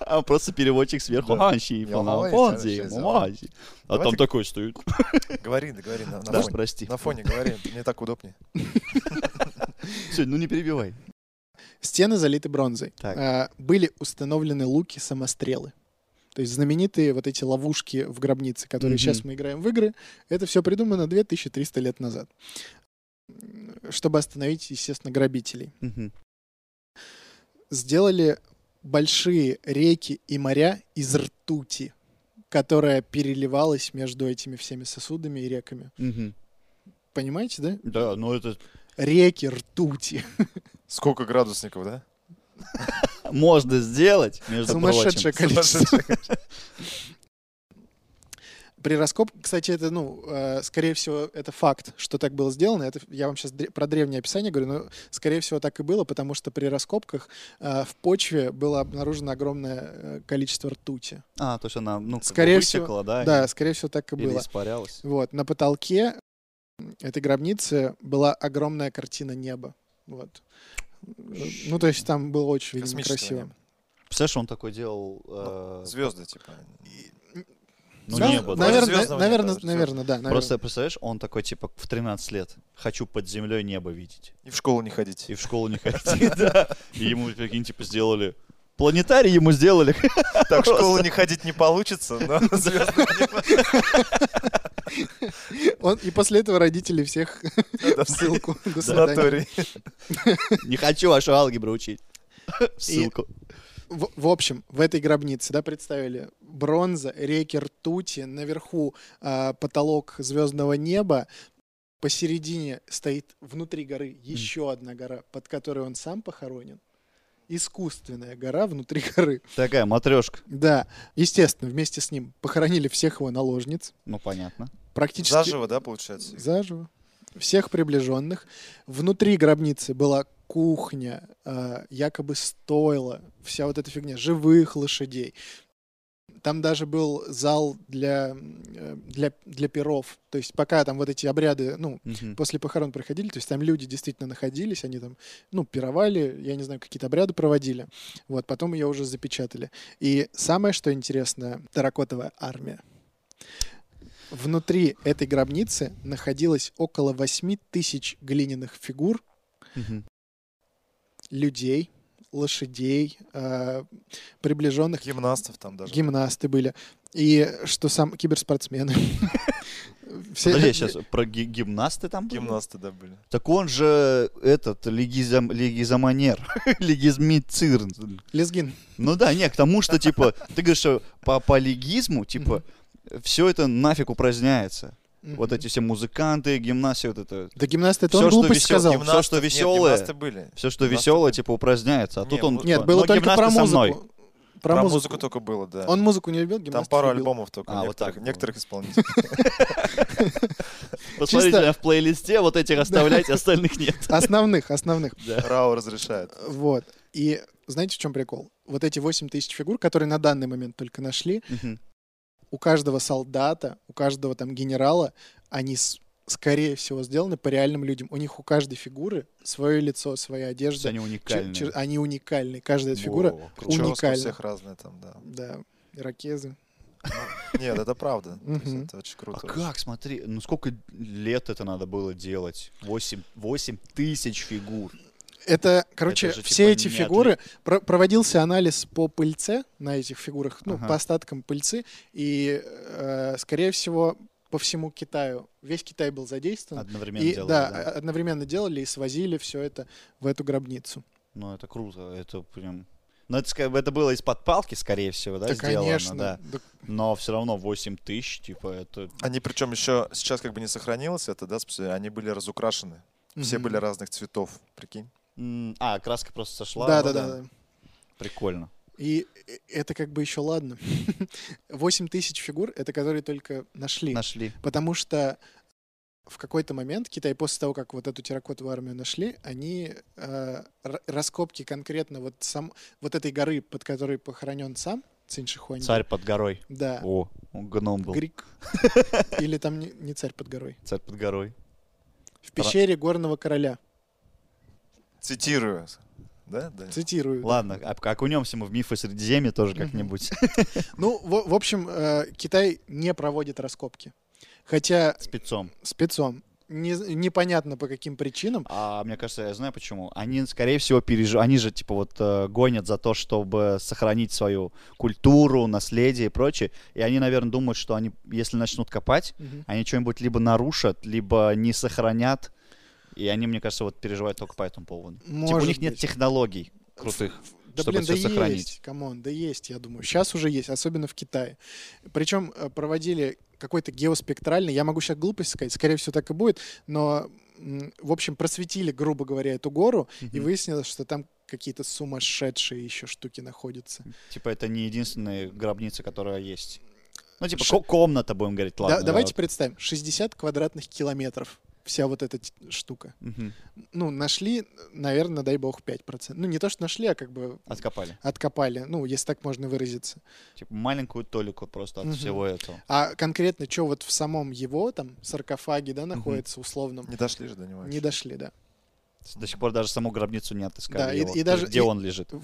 Speaker 3: а просто переводчик сверху.
Speaker 2: Да.
Speaker 3: «А, щи,
Speaker 2: Я
Speaker 3: фа,
Speaker 2: молодец,
Speaker 3: фа,
Speaker 2: хорошо,
Speaker 3: ди,
Speaker 2: взял.
Speaker 3: ма, ди». А
Speaker 2: Давай
Speaker 3: там
Speaker 2: ты-
Speaker 3: такой стоит.
Speaker 2: Говори, да говори, на, на
Speaker 3: Да,
Speaker 2: фоне.
Speaker 3: прости.
Speaker 2: На фоне говори, мне так удобнее.
Speaker 3: Все, ну не перебивай.
Speaker 1: Стены залиты бронзой.
Speaker 3: Так.
Speaker 1: А, Были установлены луки-самострелы. То есть знаменитые вот эти ловушки в гробнице, которые
Speaker 3: Мгм.
Speaker 1: сейчас мы играем в игры, это все придумано 2300 лет назад, чтобы остановить, естественно, грабителей.
Speaker 3: Мгм.
Speaker 1: Сделали большие реки и моря из ртути, которая переливалась между этими всеми сосудами и реками.
Speaker 3: Мгм.
Speaker 1: Понимаете, да?
Speaker 3: Да, ну это
Speaker 1: реки ртути.
Speaker 2: Сколько градусников, да?
Speaker 3: можно сделать, между прочим.
Speaker 1: Сумасшедшее количество. При раскопке, кстати, это, ну, э, скорее всего, это факт, что так было сделано. Это, я вам сейчас про древнее описание говорю, но, скорее всего, так и было, потому что при раскопках э, в почве было обнаружено огромное э, количество ртути.
Speaker 3: А, то есть она, ну, как бы
Speaker 1: Скорее всего,
Speaker 3: вытекла, да?
Speaker 1: Да, скорее всего, так и
Speaker 3: Или
Speaker 1: было.
Speaker 3: испарялась.
Speaker 1: Вот, на потолке этой гробницы была огромная картина неба. Вот. Ну, то есть там было очень, видимо,
Speaker 2: Космического
Speaker 1: красиво.
Speaker 2: неба.
Speaker 3: Представляешь, он такой делал... э,
Speaker 2: Звезды, типа.
Speaker 3: ну,
Speaker 1: Звезд-
Speaker 2: Звездного
Speaker 3: небо, да.
Speaker 1: Наверное,
Speaker 2: неба,
Speaker 1: наверное,
Speaker 2: звезд.
Speaker 1: наверное, да. наверное.
Speaker 3: Просто, представляешь, он такой, типа, в 13 лет. Хочу под землей небо видеть.
Speaker 2: И в школу не ходить.
Speaker 3: И в школу не ходить, да. И ему, прикинь, типа, сделали... Планетарий ему сделали.
Speaker 2: Так, в школу не ходить не получится, но звезды
Speaker 1: Он, и после этого родители всех в ссылку. До свидания.
Speaker 2: санаторий.
Speaker 3: Не хочу вашу алгебру учить. Ссылку.
Speaker 1: В в общем, в этой гробнице, да, представили бронза, реки ртути, наверху а, потолок звездного неба, посередине стоит внутри горы еще одна гора, под которой он сам похоронен. Искусственная гора внутри горы.
Speaker 3: Такая матрешка.
Speaker 1: Да, естественно, вместе с ним похоронили всех его наложниц,
Speaker 3: Ну, понятно.
Speaker 1: практически
Speaker 2: Заживо, да, получается?
Speaker 1: заживо, всех приближенных. Внутри гробницы была кухня, э, якобы стойло, вся вот эта фигня, живых лошадей. Там даже был зал для, э, для, для перов. То есть пока там вот эти обряды, ну,
Speaker 3: Мгм.
Speaker 1: после похорон проходили, то есть там люди действительно находились, они там, ну, пировали, я не знаю, какие-то обряды проводили. Вот, потом ее уже запечатали. И самое, что интересно, терракотовая армия. Внутри этой гробницы находилось около 8 тысяч глиняных фигур,
Speaker 3: Мгм.
Speaker 1: людей, лошадей, э, приближенных
Speaker 2: Гимнастов там даже.
Speaker 1: гимнасты были. И что сам киберспортсмены. Все-
Speaker 3: Подожди, сейчас про ги- гимнасты там были?
Speaker 2: Гимнасты, да, были.
Speaker 3: Так он же этот легизам, легизамонер, легизмицир.
Speaker 1: Лезгин.
Speaker 3: Ну да, не, к тому, что типа, ты говоришь, что по, по легизму, типа, все это нафиг упраздняется. Вот эти все музыканты, гимнасты, вот это.
Speaker 1: Да гимнасты, это он
Speaker 3: Всё, что
Speaker 1: глупость
Speaker 3: висел,
Speaker 1: сказал.
Speaker 2: Гимнасты-
Speaker 3: что
Speaker 2: нет,
Speaker 3: веселое.
Speaker 2: Гимнасты были.
Speaker 3: Все, что
Speaker 2: Гимнасты
Speaker 3: веселое,
Speaker 2: были.
Speaker 3: типа, упраздняется. А тут
Speaker 2: Не,
Speaker 3: он...
Speaker 2: муз-
Speaker 3: типа,
Speaker 1: Нет, было
Speaker 3: «Ну,
Speaker 1: только про
Speaker 3: гимнасты
Speaker 1: музыку.
Speaker 3: со мной».
Speaker 1: Про,
Speaker 2: Про
Speaker 1: музыку.
Speaker 2: музыку только было, да.
Speaker 1: Он музыку не любил,
Speaker 2: Там
Speaker 1: гимнастику
Speaker 2: пару
Speaker 1: любил.
Speaker 2: альбомов только,
Speaker 3: А, вот
Speaker 2: некоторых,
Speaker 3: так было.
Speaker 2: некоторых исполнителей.
Speaker 3: Посмотрите,
Speaker 1: Чисто-
Speaker 3: в плейлисте вот этих оставлять, остальных нет.
Speaker 1: Основных, основных.
Speaker 2: Рао разрешает.
Speaker 1: Вот. И знаете, в чем прикол? Вот эти 8 тысяч фигур, которые на данный момент только нашли,
Speaker 3: Мгм.
Speaker 1: у каждого солдата, у каждого там генерала, они с- скорее всего сделаны по реальным людям. У них у каждой фигуры свое лицо, своя
Speaker 3: То есть
Speaker 1: одежда.
Speaker 3: Они
Speaker 1: Чер-
Speaker 3: уникальные.
Speaker 1: чер- Они уникальны. Каждая эта фигура,
Speaker 3: Во, круто.
Speaker 2: Прическа у
Speaker 1: Уникально.
Speaker 2: всех разная там, да.
Speaker 1: да, ирокезы.
Speaker 2: Нет, это правда. То есть
Speaker 1: Мгм.
Speaker 2: Это очень
Speaker 3: А
Speaker 2: круто. вообще.
Speaker 3: как, смотри, ну сколько лет это надо было делать? 8, тысяч фигур.
Speaker 1: Это, короче,
Speaker 3: Это же,
Speaker 1: все
Speaker 3: типа,
Speaker 1: эти
Speaker 3: не
Speaker 1: фигуры... про- проводился анализ по пыльце на этих фигурах, ну,
Speaker 3: Ага.
Speaker 1: по остаткам пыльцы, и, э, скорее всего, по всему Китаю. Весь Китай был задействован.
Speaker 3: Одновременно
Speaker 1: И,
Speaker 3: делали,
Speaker 1: да, а
Speaker 3: да.
Speaker 1: о- одновременно делали и свозили все это в эту гробницу.
Speaker 3: Ну это круто, это прям... Ну это, ска- это было из-под палки, скорее всего, да,
Speaker 1: да,
Speaker 3: сделано,
Speaker 1: конечно.
Speaker 3: да.
Speaker 1: да.
Speaker 3: Но все равно 8 тысяч, типа, это...
Speaker 2: Они причем еще сейчас как бы не сохранилось это, да, спустя- они были разукрашены. Все
Speaker 1: Мгм.
Speaker 2: были разных цветов, прикинь.
Speaker 3: М, А, краска просто сошла?
Speaker 1: Да, да,
Speaker 3: ну
Speaker 1: да, да.
Speaker 3: Прикольно.
Speaker 1: И э, это как бы еще ладно. 8 тысяч фигур, это которые только нашли.
Speaker 3: Нашли.
Speaker 1: Потому что в какой-то момент Китай, после того, как вот эту терракотовую армию нашли, они э, р- раскопки конкретно вот, сам, вот этой горы, под которой похоронен сам Циншихуань.
Speaker 3: Царь под горой.
Speaker 1: Да.
Speaker 3: О, он гном был.
Speaker 1: Грик. Или там не, не царь под горой.
Speaker 3: Царь под горой.
Speaker 1: В
Speaker 3: Ра-
Speaker 1: пещере горного короля.
Speaker 2: Цитирую. Да, да.
Speaker 1: Цитирую.
Speaker 3: Ладно, об- окунемся мы в мифы Средиземья
Speaker 1: Мгм.
Speaker 3: тоже как-нибудь.
Speaker 1: Ну, в, в общем, э, Китай не проводит раскопки. Хотя
Speaker 3: Спецом.
Speaker 1: спецом. Не, з- непонятно по каким причинам.
Speaker 3: А мне кажется, я знаю почему. Они, скорее всего, пережи... они же типа вот э, гонят за то, чтобы сохранить свою культуру, наследие и прочее. И они, наверное, думают, что они, если начнут копать,
Speaker 1: Мгм.
Speaker 3: они что-нибудь либо нарушат, либо не сохранят. И они, мне кажется, вот переживают только по этому поводу. типа у
Speaker 1: Может
Speaker 3: них нет
Speaker 1: быть.
Speaker 3: технологий крутых.
Speaker 1: Да
Speaker 3: чтобы
Speaker 1: блин,
Speaker 3: всё
Speaker 1: да
Speaker 3: сохранить.
Speaker 1: есть, камон, да есть, я думаю. Сейчас уже есть, особенно в Китае. Причем э, проводили какой-то геоспектральный, я могу сейчас глупость сказать, скорее всего так и будет, но, м, в общем, просветили, грубо говоря, эту гору, и
Speaker 3: Мгм.
Speaker 1: выяснилось, что там какие-то сумасшедшие еще штуки находятся.
Speaker 3: Типа это не единственная гробница, которая есть. Ну, типа,
Speaker 1: Ш-
Speaker 3: ко- комната, будем говорить,
Speaker 1: Да-
Speaker 3: ладно.
Speaker 1: давайте представим, 60 квадратных километров вся вот эта т- штука.
Speaker 3: Мгм.
Speaker 1: Ну, нашли, наверное, дай бог, 5%. Ну, не то, что нашли, а как бы
Speaker 3: Откопали.
Speaker 1: откопали, ну, если так можно выразиться.
Speaker 3: Типа, маленькую толику просто от
Speaker 1: Мгм.
Speaker 3: всего этого.
Speaker 1: А конкретно, что вот в самом его там саркофаге, да, находится условном,
Speaker 2: Не дошли же до него.
Speaker 1: не
Speaker 2: еще.
Speaker 1: дошли, да.
Speaker 3: До сих пор даже саму гробницу не отыскали
Speaker 1: Да, и-
Speaker 3: его,
Speaker 1: и даже-
Speaker 3: где
Speaker 1: и-
Speaker 3: он лежит.
Speaker 1: Э,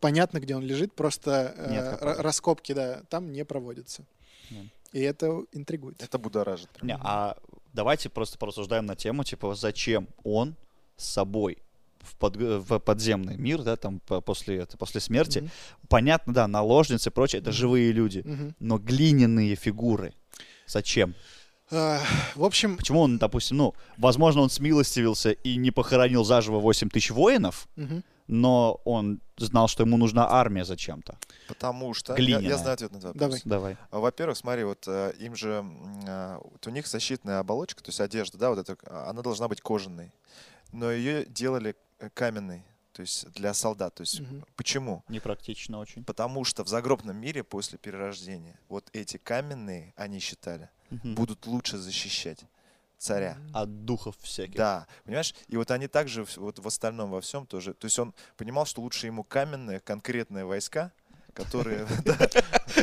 Speaker 1: понятно, где он лежит, просто э,
Speaker 3: Не
Speaker 1: ра-
Speaker 3: откопали.
Speaker 1: раскопки, да, там не проводятся.
Speaker 3: Да.
Speaker 1: И это интригует.
Speaker 2: Это будоражит. прям.
Speaker 3: Не, а давайте просто порассуждаем на тему, типа, зачем он с собой в, под- в подземный мир, да, там по- после, это- после смерти.
Speaker 1: Мгм.
Speaker 3: Понятно, да, наложницы и прочее, это живые люди,
Speaker 1: Мгм.
Speaker 3: но глиняные фигуры. Зачем?
Speaker 1: Э, В общем,
Speaker 3: Почему он, допустим, ну, возможно, он смилостивился и не похоронил заживо 8 тысяч воинов,
Speaker 1: мгм.
Speaker 3: но он знал, что ему нужна армия зачем-то.
Speaker 2: Потому что... Я,
Speaker 3: Глиняная.
Speaker 2: я знаю ответ на этот вопрос.
Speaker 1: Давай.
Speaker 3: Давай.
Speaker 2: А, Во-первых, смотри, вот э, им же... м, а, вот у них защитная оболочка, то есть одежда, да, вот эта, а, она должна быть кожаной. Но ее делали э, каменной, то есть для солдат. То есть
Speaker 1: Мгм.
Speaker 2: почему?
Speaker 3: Непрактично очень.
Speaker 2: Потому что в загробном мире после перерождения вот эти каменные, они считали, будут лучше защищать царя.
Speaker 3: От духов всяких.
Speaker 2: Да, понимаешь? И вот они также в- вот в остальном во всем тоже. То есть он понимал, что лучше ему каменные, конкретные войска, которые... да,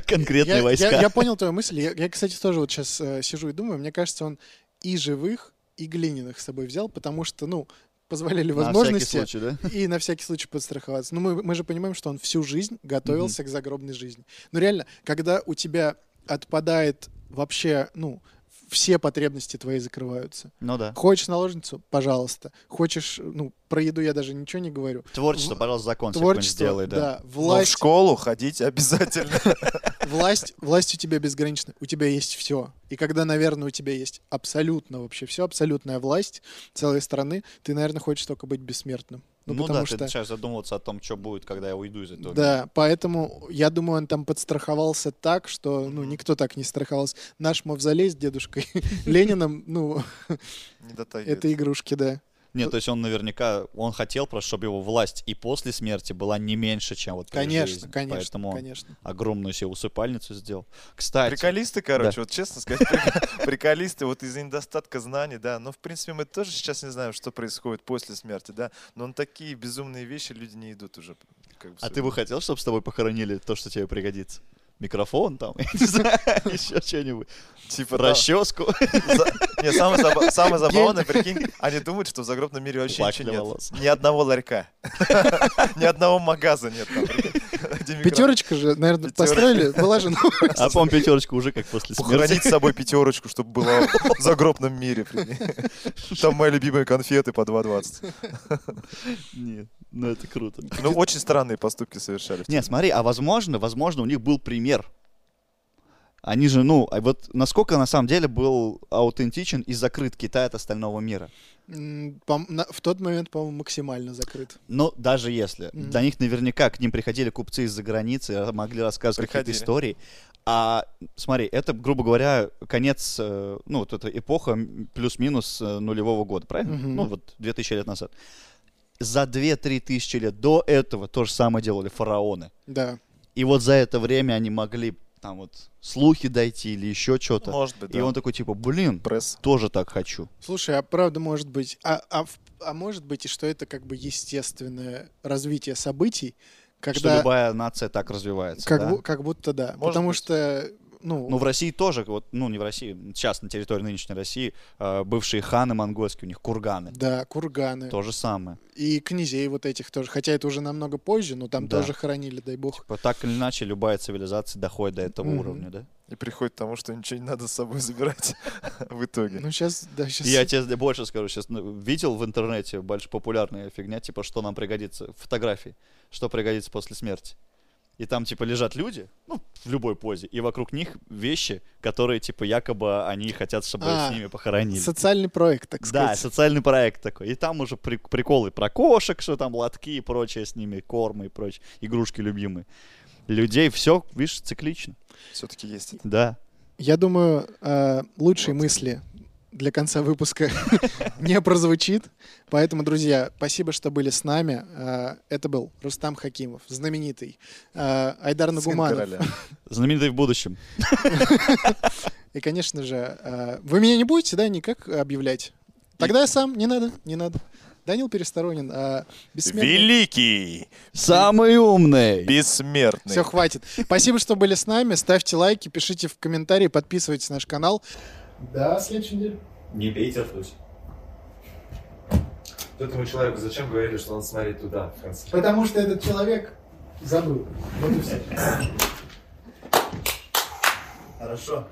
Speaker 3: Конкретные
Speaker 1: я,
Speaker 3: войска.
Speaker 1: я- я понял твою мысль. Я, я, кстати, тоже вот сейчас сижу и думаю. Мне кажется, он и живых, и глиняных с собой взял, потому что, ну, позволяли
Speaker 3: На всякий
Speaker 1: возможности
Speaker 3: случай, да?
Speaker 1: и на всякий случай подстраховаться. Ну, мы, мы же понимаем, что он всю жизнь готовился к загробной жизни. Ну, реально, когда у тебя отпадает вообще, ну, все потребности твои закрываются.
Speaker 3: Ну да.
Speaker 1: Хочешь наложницу? Пожалуйста. Хочешь, ну, про еду я даже ничего не говорю.
Speaker 3: Творчество, пожалуйста, закон
Speaker 1: Творчество,
Speaker 3: Творчество, сделай, да.
Speaker 1: да.
Speaker 2: Но в
Speaker 1: Власть,
Speaker 2: школу ходить обязательно.
Speaker 1: власть, власть у тебя безгранична. У тебя есть все. И когда, наверное, у тебя есть абсолютно вообще все, абсолютная власть целой страны, ты, наверное, хочешь только быть бессмертным. Ну,
Speaker 3: Ну,
Speaker 1: потому
Speaker 3: да, ты
Speaker 1: что...
Speaker 3: начинаешь задумываться о том, что будет, когда я уйду из этого мира.
Speaker 1: Да, поэтому я думаю, он там подстраховался так, что ну
Speaker 2: Мгм.
Speaker 1: никто так не страховался. Наш мавзолей с дедушкой Лениным, ну
Speaker 2: Не дотягивает.
Speaker 1: это игрушки, да.
Speaker 3: Нет, то есть он наверняка, он хотел просто, чтобы его власть и после смерти была не меньше, чем вот при
Speaker 1: Конечно,
Speaker 3: жизни.
Speaker 1: конечно,
Speaker 3: Поэтому он
Speaker 1: конечно.
Speaker 3: огромную себе усыпальницу сделал. Кстати,
Speaker 2: Приколисты, короче, вот честно сказать, прик- приколисты вот из-за недостатка знаний, да, но в принципе мы тоже сейчас не знаем, что происходит после смерти, да, но на такие безумные вещи люди не идут уже. как бы
Speaker 3: а
Speaker 2: всё.
Speaker 3: ты бы хотел, чтобы с тобой похоронили то, что тебе пригодится? Микрофон там, я не знаю, еще что-нибудь.
Speaker 2: Типа, да.
Speaker 3: Расческу, А
Speaker 2: За- Не, самое заба- самое забавное, прикинь, они думают, что в загробном мире вообще
Speaker 3: лак для
Speaker 2: ничего нет.
Speaker 3: волос.
Speaker 2: Ни одного ларька. Ни одного магаза нет там. прикинь, где микро-
Speaker 1: Пятерочка же, наверное,
Speaker 2: Пятерочка.
Speaker 1: построили, была же новая.
Speaker 3: А по пятерочку уже как после смерти.
Speaker 2: Похоронить с собой пятерочку, чтобы была в загробном мире. прикинь. Там мои любимые конфеты по 2,20.
Speaker 3: Нет, ну это круто.
Speaker 2: Ну, очень странные поступки совершали. в
Speaker 3: Не, смотри, а возможно, возможно, у них был пример. Они же, ну, а вот насколько на самом деле был аутентичен и закрыт Китай от остального мира.
Speaker 1: М, пом- на- В тот момент, по-моему, максимально закрыт.
Speaker 3: Но даже если,
Speaker 1: Мгм.
Speaker 3: до них наверняка к ним приходили купцы из-за границы, ра- могли рассказывать какие-то
Speaker 2: Приходили.
Speaker 3: истории. А смотри, это, грубо говоря, конец, э, ну, вот эта эпоха м, плюс-минус э, нулевого года, правильно?
Speaker 1: Мгм.
Speaker 3: Ну, вот 2000 лет назад. За 2-3 тысячи лет до этого то же самое делали фараоны.
Speaker 1: Да.
Speaker 3: И вот за это время они могли там вот слухи дойти или еще
Speaker 2: целом.
Speaker 3: что-то.
Speaker 2: Может быть,
Speaker 3: И
Speaker 2: да.
Speaker 3: он такой типа, блин,
Speaker 2: Пресс.
Speaker 3: тоже так хочу.
Speaker 1: Слушай, а правда может быть, а, а, в- а может быть и что это как бы естественное развитие событий,
Speaker 3: Что
Speaker 1: когда
Speaker 3: любая нация так развивается.
Speaker 1: как,
Speaker 3: да?
Speaker 1: бу- как будто да,
Speaker 2: Может
Speaker 1: потому
Speaker 2: быть.
Speaker 1: что ну,
Speaker 3: Ну, в России тоже, вот, ну, не в России, сейчас на территории нынешней России э, бывшие ханы монгольские, у них курганы.
Speaker 1: да, курганы
Speaker 3: То же самое.
Speaker 1: и князей вот этих тоже, хотя это уже намного позже, но там
Speaker 3: Да.
Speaker 1: тоже хоронили, дай бог.
Speaker 3: Вот так или иначе, любая цивилизация доходит до этого
Speaker 1: Мгм.
Speaker 3: уровня, да?
Speaker 2: И приходит к тому, что ничего не надо с собой забирать в итоге.
Speaker 1: Ну сейчас, да, сейчас.
Speaker 3: Я тебе больше скажу, сейчас ну, видел в интернете больше популярная фигня, типа, что нам пригодится, фотографии, что пригодится после смерти. И там, типа, лежат люди, ну, в любой позе, и вокруг них вещи, которые, типа, якобы они хотят, чтобы
Speaker 1: А,
Speaker 3: с ними похоронили.
Speaker 1: Социальный проект, так
Speaker 3: да,
Speaker 1: сказать.
Speaker 3: социальный проект такой. И там уже при- приколы про кошек, что там лотки и прочее с ними, кормы и прочее, игрушки любимые. Людей все, видишь, циклично.
Speaker 2: Все-таки есть это.
Speaker 3: Да.
Speaker 1: Я думаю, э, лучшие
Speaker 2: Вот.
Speaker 1: мысли для конца выпуска не прозвучит. Поэтому, друзья, спасибо, что были с нами. Э, Это был Рустам Хакимов, знаменитый. Э, Айдар
Speaker 2: Сын
Speaker 1: Нагуманов.
Speaker 2: короля.
Speaker 3: Знаменитый в будущем.
Speaker 1: И, конечно же, э, вы меня не будете, да, никак объявлять? Тогда я сам, не надо, не надо. Данил Пересторонин, э, бессмертный.
Speaker 2: Великий,
Speaker 3: Самый умный.
Speaker 2: бессмертный.
Speaker 1: Все, хватит. Спасибо, что были с нами. Ставьте лайки, пишите в комментарии, подписывайтесь на наш канал. Да, следующей неделе.
Speaker 4: Не пейте ртуть. Тут ему человеку зачем говорили, что он смотрит туда, в конце?
Speaker 1: Потому что этот человек забыл. Вот и все.
Speaker 4: Хорошо.